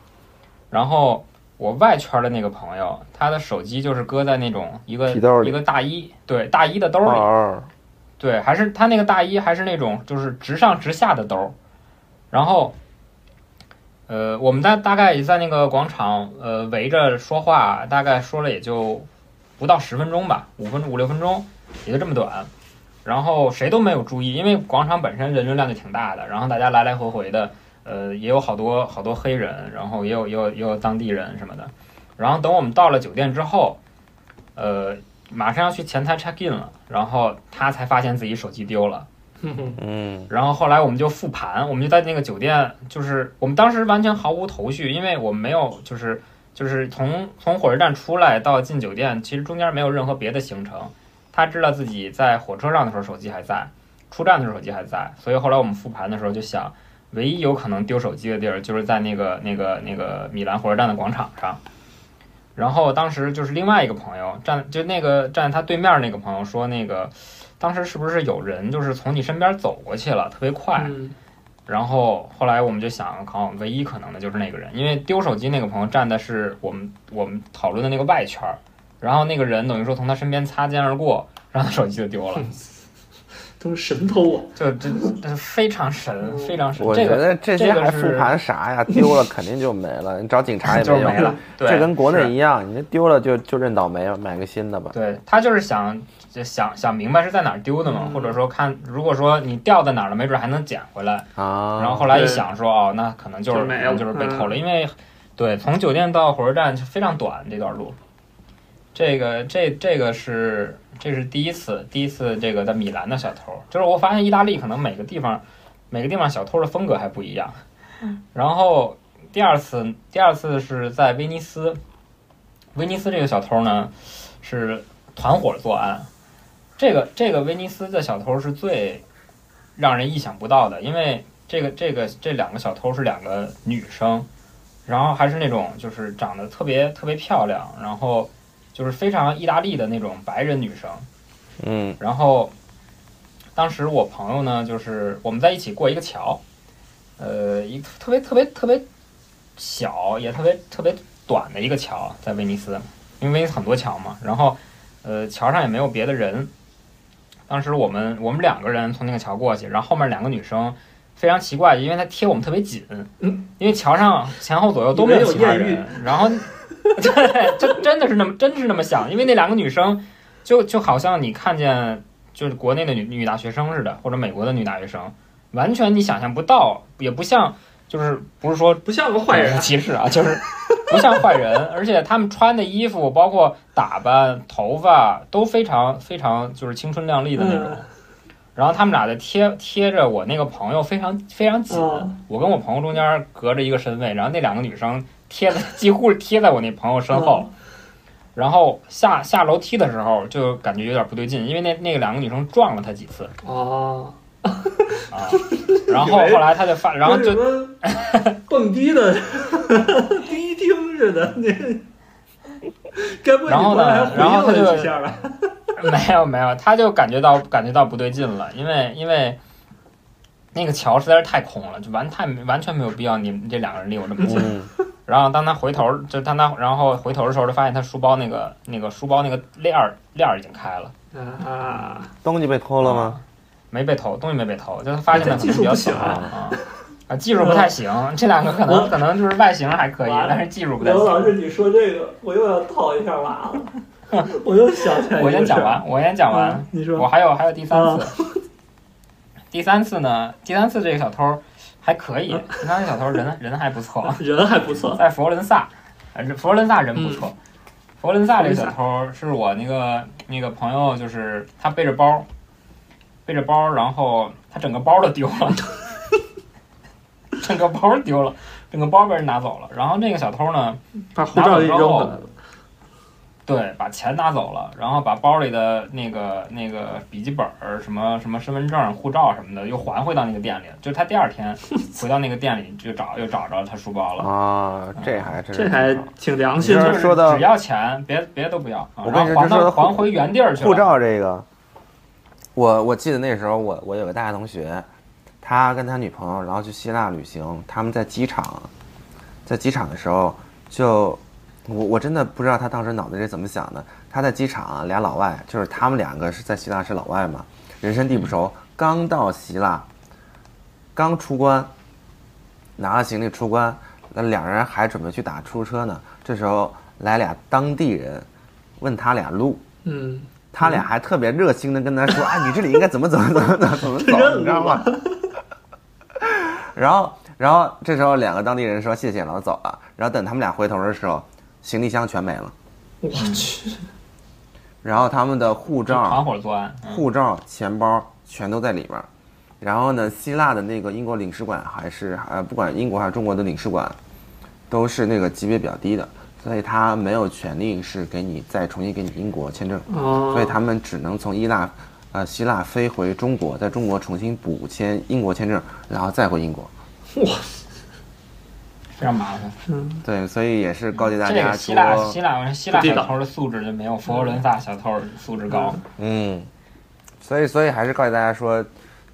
然后我外圈的那个朋友，他的手机就是搁在那种一个
皮兜里
一个大衣对大衣的兜里，
哦，
对，还是他那个大衣还是那种就是直上直下的兜儿，然后，呃，我们在大概在那个广场呃围着说话，大概说了也就不到十分钟吧，五分五六分钟，也就这么短，然后谁都没有注意，因为广场本身人流量就挺大的，然后大家来来回回的，呃，也有好多好多黑人，然后也有也有也有当地人什么的，然后等我们到了酒店之后，呃，马上要去前台 check in 了，然后他才发现自己手机丢了。
哼哼
嗯，
然后后来我们就复盘，我们就在那个酒店，就是我们当时完全毫无头绪，因为我们没有就是就是从从火车站出来到进酒店，其实中间没有任何别的行程。他知道自己在火车上的时候手机还在，出站的时候手机还在，所以后来我们复盘的时候就想，唯一有可能丢手机的地儿就是在那个那个那个米兰火车站的广场上。然后当时就是另外一个朋友站，就那个站他对面那个朋友说那个。当时是不是有人就是从你身边走过去了，特别快？
嗯，
然后后来我们就想，靠，唯一可能的就是那个人，因为丢手机那个朋友站的是我们我们讨论的那个外圈儿，然后那个人等于说从他身边擦肩而过，然后他手机就 丢了，
都是神偷啊！
就这这非常神，非常神。
我
这
觉
个
得这
这
些
个
还
是
复盘 啥呀？丢了肯定就没了，你找警察也
就
没
是
用
没了，对，
这跟国内
是
一样，你这丢了就就认倒霉，买个新的吧。
对他就是想就想想明白是在哪儿丢的嘛，
嗯
或者说看，如果说你掉在哪儿了，没准还能捡回来。
啊，
然后后来一
对
想说，哦，那可能就是
就没
可能
了
就是被
嗯
偷了，因为对，从酒店到火车站是非常短这段路。这个这这个是这是第一次，第一次这个在米兰的小偷，就是我发现意大利可能每个地方每个地方小偷的风格还不一样。然后第二次第二次是在威尼斯，威尼斯这个小偷呢是团伙作案，这个这个威尼斯的小偷是最让人意想不到的，因为这个这个这两个小偷是两个女生，然后还是那种就是长得特别特别漂亮，然后就是非常意大利的那种白人女生。
嗯
然后当时我朋友呢，就是我们在一起过一个桥，呃，一个特别特别特别小也特别特别短的一个桥，在威尼斯，因为威尼斯很多桥嘛。然后呃，桥上也没有别的人。当时我们我们两个人从那个桥过去，然后后面两个女生非常奇怪，因为她贴我们特别紧，
嗯
因为桥上前后左右都
以为
没有
有
其他
艳遇
人，然后 对，真真的是那么真是那么想，因为那两个女生就就好像你看见就是国内的女女大学生似的，或者美国的女大学生，完全你想象不到，也不像就是不是说
不像个坏人啊，
歧视啊，就是不像坏人，而且他们穿的衣服，包括打扮、头发都非常非常就是青春靓丽的那种。
嗯
然后他们俩的贴贴着我那个朋友非常非常紧，
哦
我跟我朋友中间
嗯
隔着一个身位，然后那两个女生贴的几乎是贴在我那朋友身后。然后下下楼梯的时候就感觉有点不对劲，因为那那两个女生撞了他几次
哦，
啊。然后后来他就 发，然后
跟
就
什么 蹦迪的迪厅似的，那该不会
然
你
后
后
呢
来还
然后
回
他
应了
就
几 下吧？
没有没有，他就感觉到感觉到不对劲了，因为因为那个桥实在是太空了，就完太完全没有必要你们这两个人离我这么近。
嗯，
然后当他回头，就当他然后回头的时候，就发现他书包那个那个书包那个链儿链儿已经开了，
啊，
东西被偷了吗？
没被偷，东西没被偷，就是发现
这
的
技术
比较
不行
早啊。
啊
啊，技术不太行，这两个可
我
能可能就是外形还可以
完了，
但是技术不太
刘啊老
行。
师，你说这个，我又要套一下娃了， 我又想起来一个事儿，
我先讲完，我先讲完
嗯，，你
我
说，
还有还有第三次， 第三次呢，第三次这个小偷还可以，第三次小偷人人还不错，
人还不错，
在佛罗伦萨，呃，这佛罗伦萨人不错。佛罗伦萨这个小偷是我那个那个朋友，就是他背着包，背着包，然后他整个包都丢了，整个包丢了，整个包被人拿走了。然后那个小偷呢，
把护照给你扔回来了。
对，把钱拿走了，然后把包里的那个那个笔记本儿、什么什么身份证、护照什么的又还回到那个店里了。就是他第二天回到那个店里就找，又找着他书包了。
啊，这还真是
这还挺良心
你
的
这，说到
只要钱，别别的都不要。啊、
我跟
然
你
后
说
还
这说到
到
护
还回原地儿去了。
护照这个，我我记得那时候我我有个大学同学，他跟他女朋友然后去希腊旅行，他们在机场，在机场的时候就我我真的不知道他当时脑子里怎么想的。他在机场啊俩老外，就是他们两个是在希腊是老外嘛，人生地不熟，刚到希腊，刚出关，拿了行李出关，那两人还准备去打出租车呢。这时候来俩当地人，问他俩路。
嗯，
他俩还特别热心的跟他说：“啊，你这里应该怎么怎么怎么怎么怎么走，你知道吗？” 然后，然后这时候两个当地人说：“谢谢，老走了。”然后等他们俩回头的时候，行李箱全没了，
我
嗯
去，
然后他们的护
就团
照、
伙作案。嗯
护照、钱包全都在里面。然后呢，希腊的那个英国领事馆还是呃，不管英国还是中国的领事馆，都是那个级别比较低的，所以他没有权利是给你再重新给你英国签证。
哦，
所以他们只能从伊腊、呃希腊飞回中国，在中国重新补签英国签证，然后再回英国。
非常麻烦。
嗯，
对，所以也是告诫大
这
家
个希腊希
说，
腊希腊
不地
小
道
偷的素质就没有佛罗伦萨小偷素质高。
嗯，所以所以还是告诫大家说，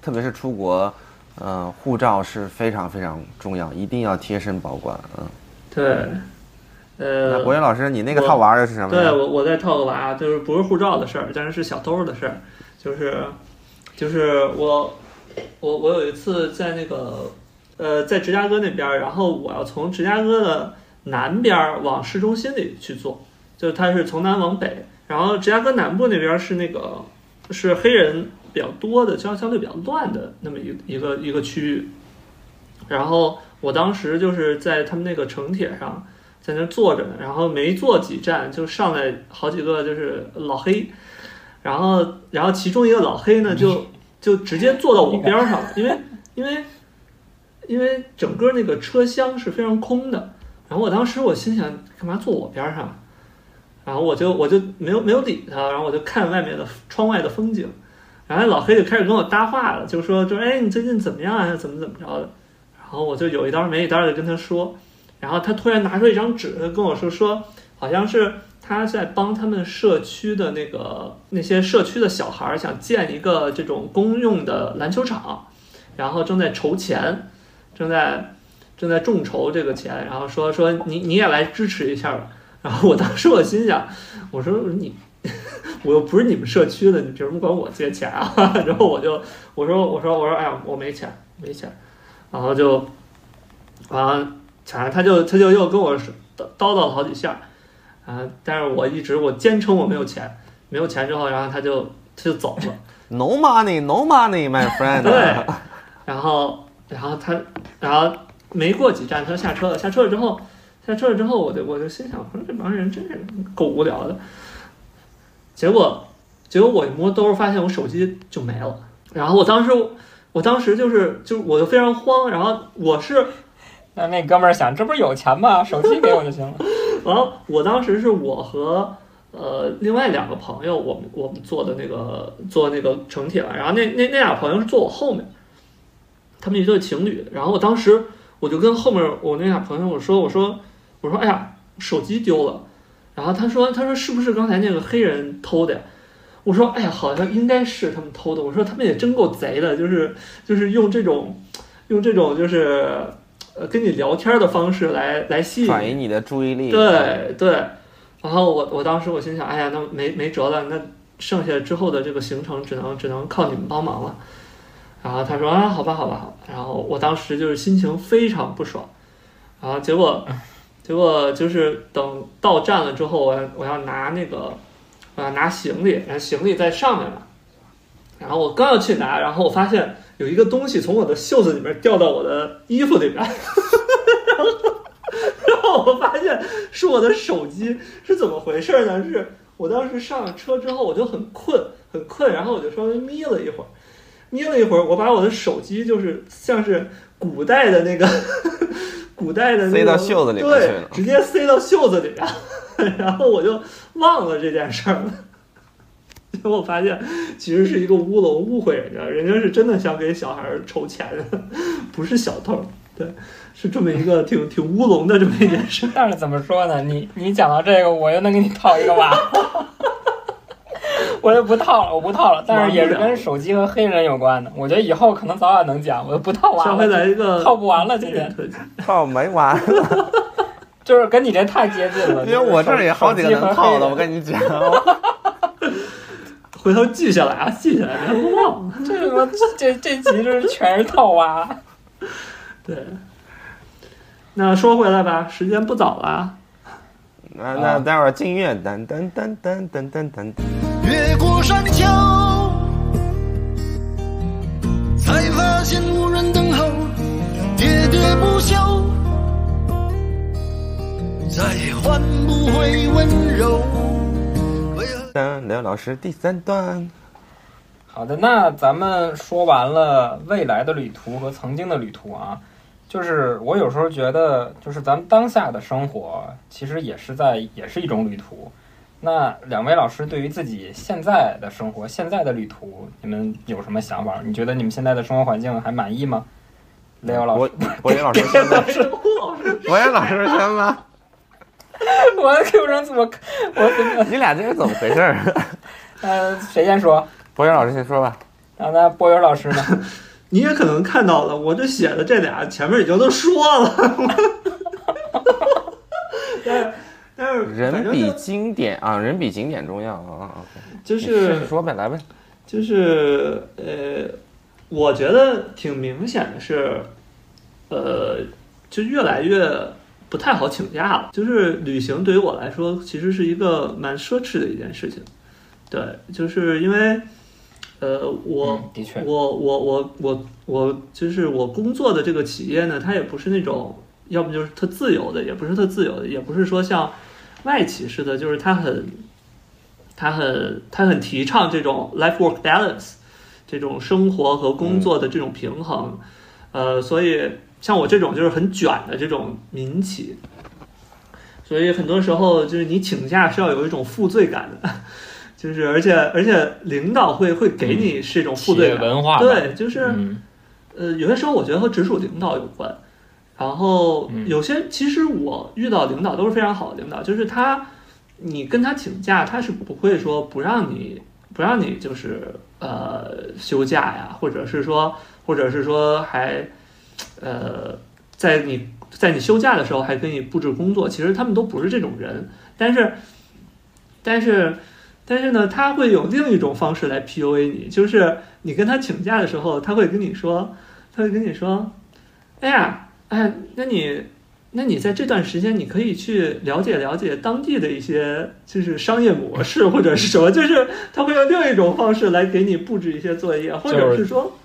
特别是出国，嗯、护照是非常非常重要，一定要贴身保管。嗯，
对，呃
那，博云老师，你那个
我
套娃儿是什么
对
呀？
我我再套个娃，就是不是护照的事儿，但是是小偷的事儿，就是就是我我我有一次在那个呃在芝加哥那边儿，然后我要从芝加哥的南边儿往市中心里去坐，就是它是从南往北，然后芝加哥南部那边儿是那个是黑人比较多的，相相对比较乱的那么一一个一个区域，然后我当时就是在他们那个城铁上。在那儿坐着呢，然后没坐几站就上来好几个就是老黑，然后然后其中一个老黑呢就就直接坐到我边儿上了，因为因为因为整个那个车厢是非常空的，然后我当时我心想干嘛坐我边儿上，然后我就我就没有没有理他，然后我就看外面的窗外的风景，然后老黑就开始跟我搭话了，就说就哎你最近怎么样啊，怎么怎么着的，然后我就有一搭没一搭的跟他说。然后他突然拿出一张纸跟我说说，好像是他在帮他们社区的那个那些社区的小孩儿想建一个这种公用的篮球场，然后正在筹钱，正在正在众筹这个钱，然后说说你你也来支持一下吧。然后我当时我心想，我说你。 我又不是你们社区的，你凭什么管我借钱啊？ 然后我就我说我说我说哎呀，我没钱没钱，然后就，啊。反正他就他就又跟我是叨叨叨了好几下，啊、但是我一直我坚称我没有钱，没有钱之后，然后他就他就走了，
No money, no money, my friend。啊
对，然后然后他然后没过几站他就下车了，下车了之后下车了之后，我就我就心想，我说这帮人真是够无聊的，结果结果我一摸兜儿发现我手机就没了，然后我当时我当时就是就是我就非常慌，然后我是。
那那哥们儿想，这不是有钱吗？手机给我就行了。
然后我当时是我和呃，另外两个朋友，我们我们坐的那个坐那个城铁，然后那那那俩朋友是坐我后面，他们一对情侣，然后我当时我就跟后面我那俩朋友我说我说我说哎呀手机丢了，然后他说他说是不是刚才那个黑人偷的呀？我说哎呀好像应该是他们偷的，我说他们也真够贼的，就是就是用这种用这种就是呃跟你聊天的方式来来吸引
转移你的注意力。啊
对对，然后我我当时我心想，哎呀，那没没辙了，那剩下之后的这个行程只能只能靠你们帮忙了。然后他说啊，好吧，好吧，好吧。然后我当时就是心情非常不爽，然后结果结果就是等到站了之后，我要我要拿那个我要拿行李，然后行李在上面嘛。然后我刚要去拿，然后我发现有一个东西从我的袖子里面掉到我的衣服里面，然后 我发现是我的手机，是怎么回事呢？是我当时上了车之后，我就很困，很困，然后我就稍微眯了一会儿，眯了一会儿，我把我的手机就是像是古代的那个 古代的那个
塞到袖子里面去
对
了，
直接塞到袖子里面， 然后我就忘了这件事儿了。 结果发现其实是一个乌龙误会人家，人家是真的想给小孩儿筹钱， 不是小偷。对，是这么一个挺挺乌龙的这么一件事。
但是怎么说呢？你你讲到这个，我又能给你套一个娃， 我就不套了，我不套了。但是也是跟手机和黑人有关的，我觉得以后可能早晚能讲，我就不套娃
下回
了，
来一个
套不完了，今天
推荐
套没完，
就是跟你这太接近了。
因为我这儿也好几个能套的，我
你
跟你讲。
回头记下来啊，记下来，别 忘了。
这他妈这这集就是全是套娃。
对，那说回来吧，时间不早了，
那
啊
那待会儿进乐，噔噔噔噔噔噔噔。
越过山丘，才发现无人等候，喋喋不休，再也换不回温柔。为何？
当刘老师第三段，
好的，那咱们说完了未来的旅途和曾经的旅途啊，就是我有时候觉得，就是咱们当下的生活其实也是在也是一种旅途。那两位老师对于自己现在的生活、现在的旅途，你们有什么想法？你觉得你们现在的生活环境还满意吗？雷欧老
我
师，
我给老师先吧，
老师
我给老师先吧。
我 Q 上我我随 便
你俩这是怎么回事儿？
呃，谁先说？
博远老师先说吧。
啊，那波友老师呢？
你也可能看到了，我这写的这俩前面已经都说了。但是但是反
人
正
比经典啊，人比景点重要啊啊！
就就
你试
是
着说呗，来呗。
就是呃，我觉得挺明显的是，呃，就越来越不太好请假了。就是旅行对于我来说，其实是一个蛮奢侈的一件事情。对，就是因为，呃，我、
嗯的确
我我我我我就是我工作的这个企业呢，它也不是那种，要不就是特自由的，也不是特自由的，也不是说像外企似的，就是它很，它很它很提倡这种 life work balance，这种生活和工作的这种平衡。呃，所以像我这种就是很卷的这种民企，所以很多时候就是你请假是要有一种负罪感的。 就是，而且而且，领导会会给你是一种负罪
企
感，
业文化吧
对，就是、
嗯，
呃，有些时候我觉得和直属领导有关，然后
嗯
有些其实我遇到领导都是非常好的领导，就是他，你跟他请假，他是不会说不让你不让你就是呃休假呀，或者是说或者是说还呃在你在你休假的时候还给你布置工作，其实他们都不是这种人，但是但是但是呢，他会有另一种方式来 PUA 你，就是你跟他请假的时候，他会跟你说，他会跟你说，哎呀，哎呀，那你。那你在这段时间，你可以去了解了解当地的一些就是商业模式或者是什么，就是他会用另一种方式来给你布置一些作业，或者
就是
是说，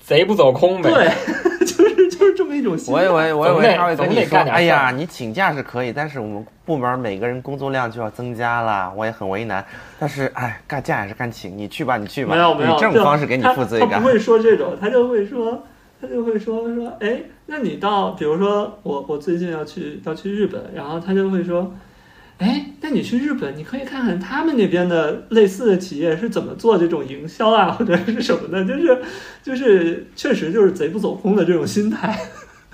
贼不走空呗。
对， 就是就是这么一种心
我
态。
以为我以
总
为
得
他会跟
总
你
得
说，
干点事儿
哎呀，你请假是可以，但是我们部门每个人工作量就要增加了，我也很为难。但是哎，干架还是干请，你去吧，你去吧。
没有没有，
以这种方式给你
他
负罪
他
感
不。会说这种，他就会说，他就会说说，哎，那你到，比如说我我最近要去要去日本，然后他就会说，哎，那你去日本，你可以看看他们那边的类似的企业是怎么做这种营销啊，或者是什么的，就是就是确实就是贼不走空的这种心态，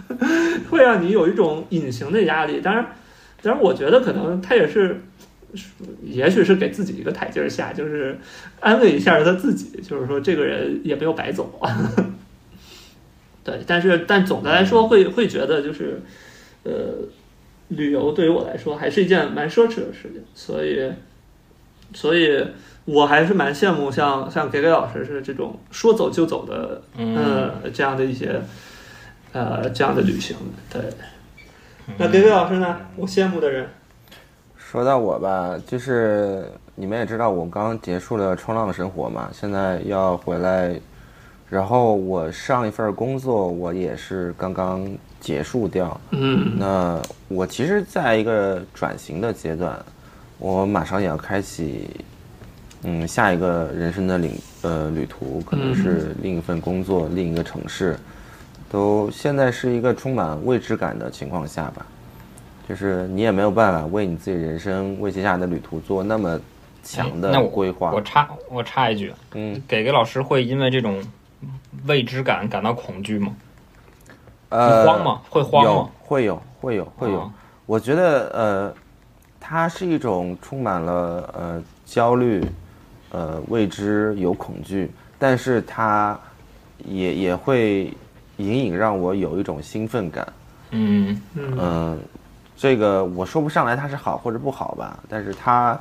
会让你有一种隐形的压力。当然，当然，我觉得可能他也是，也许是给自己一个台阶下，就是安慰一下他自己，就是说这个人也没有白走。 对，但是但总的来说会会觉得就是，呃，旅游对于我来说还是一件蛮奢侈的事情，所以，所以我还是蛮羡慕像像给给老师是这种说走就走的，
嗯
呃，这样的一些，呃，这样的旅行的。对，那给给老师呢？我羡慕的人，
说到我吧，就是你们也知道，我刚结束了冲浪生活嘛，现在要回来，然后我上一份工作我也是刚刚结束掉。
嗯
那我其实在一个转型的阶段，我马上也要开启，嗯，下一个人生的领呃旅途，可能
嗯
是另一份工作，另一个城市，都现在是一个充满未知感的情况下吧。就是你也没有办法为你自己人生、为接下来的旅途做那么强
哎那
的
我
规划。
我插我插一句，
嗯，
给给老师会因为这种未知感感到恐惧吗？
呃，
你慌吗会慌吗
有，会有，会有，会有。
啊
我觉得呃，它是一种充满了呃焦虑、呃未知、有恐惧，但是它也也会隐隐让我有一种兴奋感。
嗯
嗯
嗯、这个我说不上来它是好或者不好吧，但是它。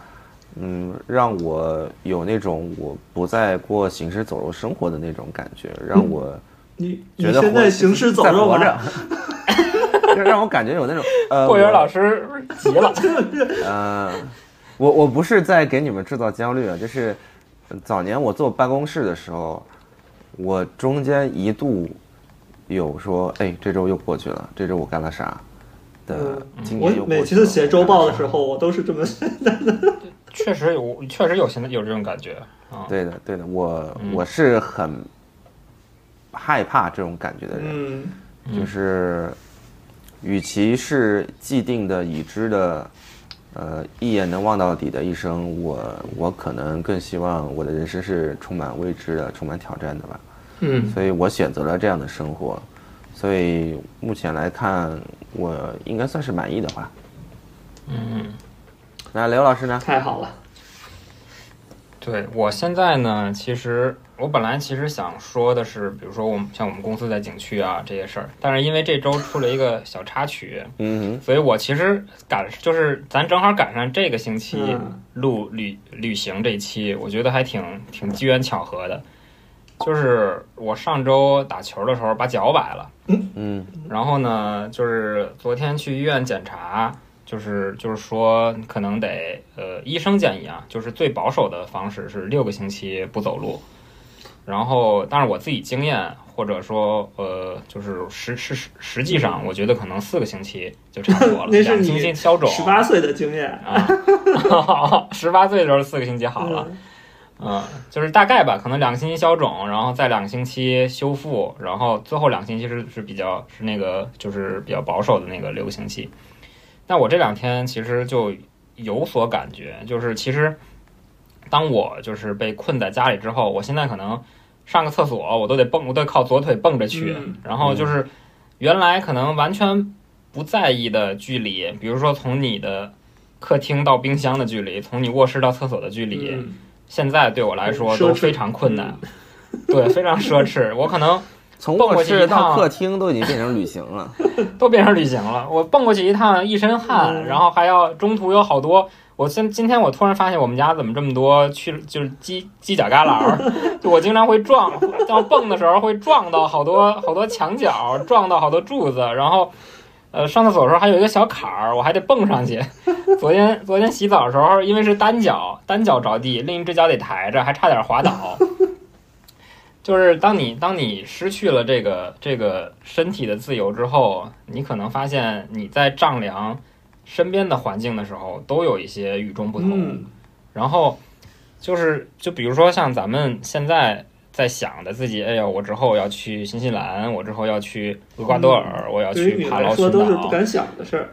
嗯，让我有那种我不再过行尸走肉生活的那种感觉，让我
你你
觉得
现
活
在行尸走
在
肉
活
吧？
着 就让我感觉有那种呃，
过元
我
老师急了，
呃，我我不是在给你们制造焦虑啊，就是呃早年我坐办公室的时候，我中间一度有说，哎，这周又过去了，这周我干了啥的，
嗯
今
我
年又
每
过去了
次写周报的时，
我干了
候，我都是这么
确实有，确实有现在有这种感觉啊
啥。对的对的，我我是很害怕这种感觉的人，
嗯
就是，与其是既定的、已知的，呃，一眼能望到底的一生，我我可能更希望我的人生是充满未知的、充满挑战的吧。
嗯
所以我选择了这样的生活，所以目前来看，我应该算是满意的吧。
嗯，
那刘老师呢？
太好了，嗯
对我现在呢，其实我本来其实想说的是，比如说我们像我们公司在景区啊这些事儿，但是因为这周出了一个小插曲，
嗯
所以我其实赶就是咱正好赶上这个星期
嗯
录旅旅行这一期，我觉得还挺挺机缘巧合的。就是我上周打球的时候把脚崴了，
哼，嗯
然后呢，就是昨天去医院检查，就是就是说可能得呃，医生建议啊，就是最保守的方式是六个星期不走路。然后，但是我自己经验或者说呃，就是实实实实际上，我觉得可能四个星期就差不多了，
那是
两个
你
星期消肿。
十八岁的经验
啊，十八岁的时候四个星期好了。嗯，就是大概吧，可能两个星期消肿，然后再两个星期修复，然后最后两个星期是是比较是那个就是比较保守的那个六个星期。那我这两天其实就有所感觉，就是其实当我就是被困在家里之后，我现在可能上个厕所我都得蹦，我都得靠左腿蹦着去，
嗯
然后就是原来可能完全不在意的距离，比如说从你的客厅到冰箱的距离，从你卧室到厕所的距离。
嗯
现在对我来说都
奢侈嗯
非常困难， 对，非常奢侈。我可能
从
蹦
卧
过去一
室到
趟
客厅都已经变成旅行了。
都变成旅行了。我蹦过去一趟，一身汗，
嗯
然后还要中途有好多。我今今天我突然发现我们家怎么这么多去就是犄犄角旮旯啊儿，就 我经常会撞，到蹦的时候会撞到好多好多墙角，撞到好多柱子，然后。呃，上厕所的时候还有一个小坎儿，我还得蹦上去。 昨天昨天洗澡的时候，因为是单脚单脚着地，另一只脚得抬着，还差点滑倒。 就是当你当你失去了这个这个身体的自由之后，你可能发现你在丈量身边的环境的时候，都有一些与众不同。
嗯
然后就是就比如说像咱们现在在想的自己，哎呀，我之后要去新西兰，我之后要去厄瓜多尔，我要
嗯对于
去
你
帕
来
劳
说
群
都是不
岛。啊
敢想的事儿。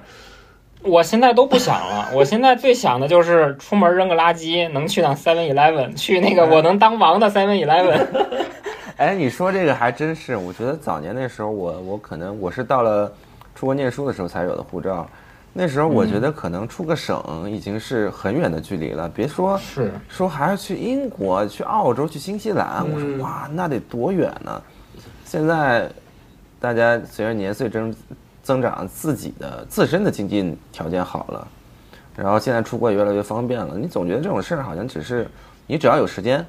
我现在都不想了，我现在最想的就是出门扔个垃圾，能去趟 Seven Eleven，去那
哎
个我能当王的 Seven Eleven。
哎，你说这个还真是，我觉得早年那时候我我可能我是到了出国念书的时候才有的护照，那时候我觉得可能出个省已经是很远的距离了，别说
是
说还要去英国、去澳洲、去新西兰，我说
嗯
哇，那得多远呢？现在大家随着年岁增增长，自己的自身的经济条件好了，然后现在出国也越来越方便了。你总觉得这种事儿好像只是你只要有时间，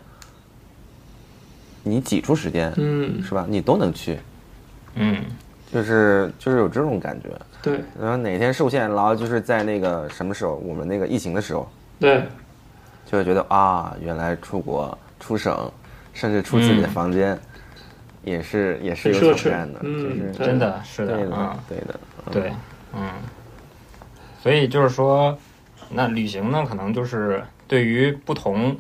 你挤出时间，
嗯，
是吧？你都能去，
嗯，
就是就是有这种感觉。
对
然后哪天受限，然后就是在那个什么时候，我们那个疫情的时候，
对，
就会觉得啊，原来出国、出省，甚至出自己的
嗯
房间，也是也是
很
有
奢
挑
侈
战的，
嗯
就是
对
真的是
对
的啊
的，，对的，嗯
对，嗯，所以就是说，那旅行呢，可能就是对于不同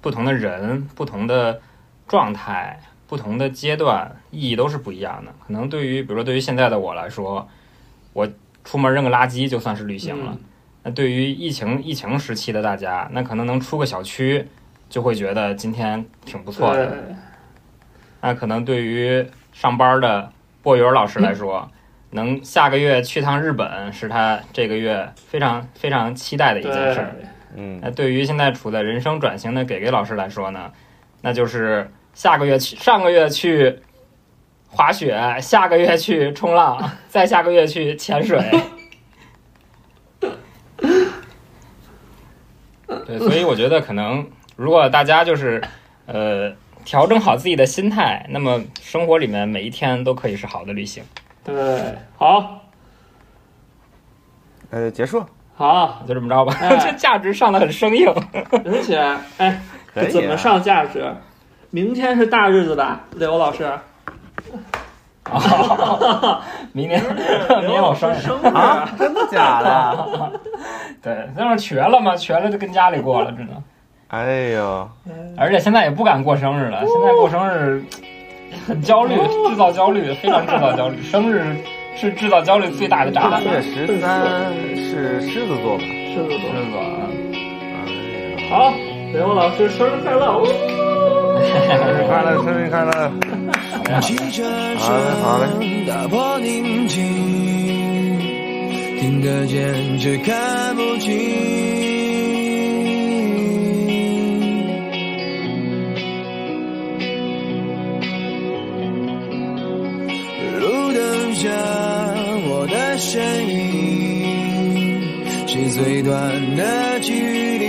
不同的人、不同的状态、不同的阶段，意义都是不一样的。可能对于比如说对于现在的我来说，我出门扔个垃圾就算是旅行了。
嗯
那对于疫情疫情时期的大家，那可能能出个小区，就会觉得今天挺不错的。
对
那可能对于上班的波云老师来说，能下个月去趟日本是他这个月非常非常期待的一件事
对
儿。，
嗯
那对于现在处在人生转型的给给老师来说呢，那就是下个月去上个月去滑雪，下个月去冲浪， 再下个月去潜水。 对，所以我觉得可能如果大家就是呃调整好自己的心态，那么生活里面每一天都可以是好的旅行。
对，好，
呃，结束
好，
就这么着吧，
哎
这价值上的很生硬。
而且，哎，
可以、啊，
怎么上价值？明天是大日子吧，刘老师？
明年 明年我生日。
生日
啊？真的假的？
对，那是瘸了嘛，瘸了就跟家里过了，只能。
哎呦，
而且现在也不敢过生日了，现在过生日很焦虑，制造焦虑，非常制造焦虑。生日是制造焦虑最大的炸弹。
八月十三是狮子座吧？
狮子座。
狮子座啊，
哎呦
好，刘老师生日快乐！
生日快乐，生日快乐！
汽车
好嘞好
声打破宁静，听得见却看不清。路灯下我的身影是最短的距离。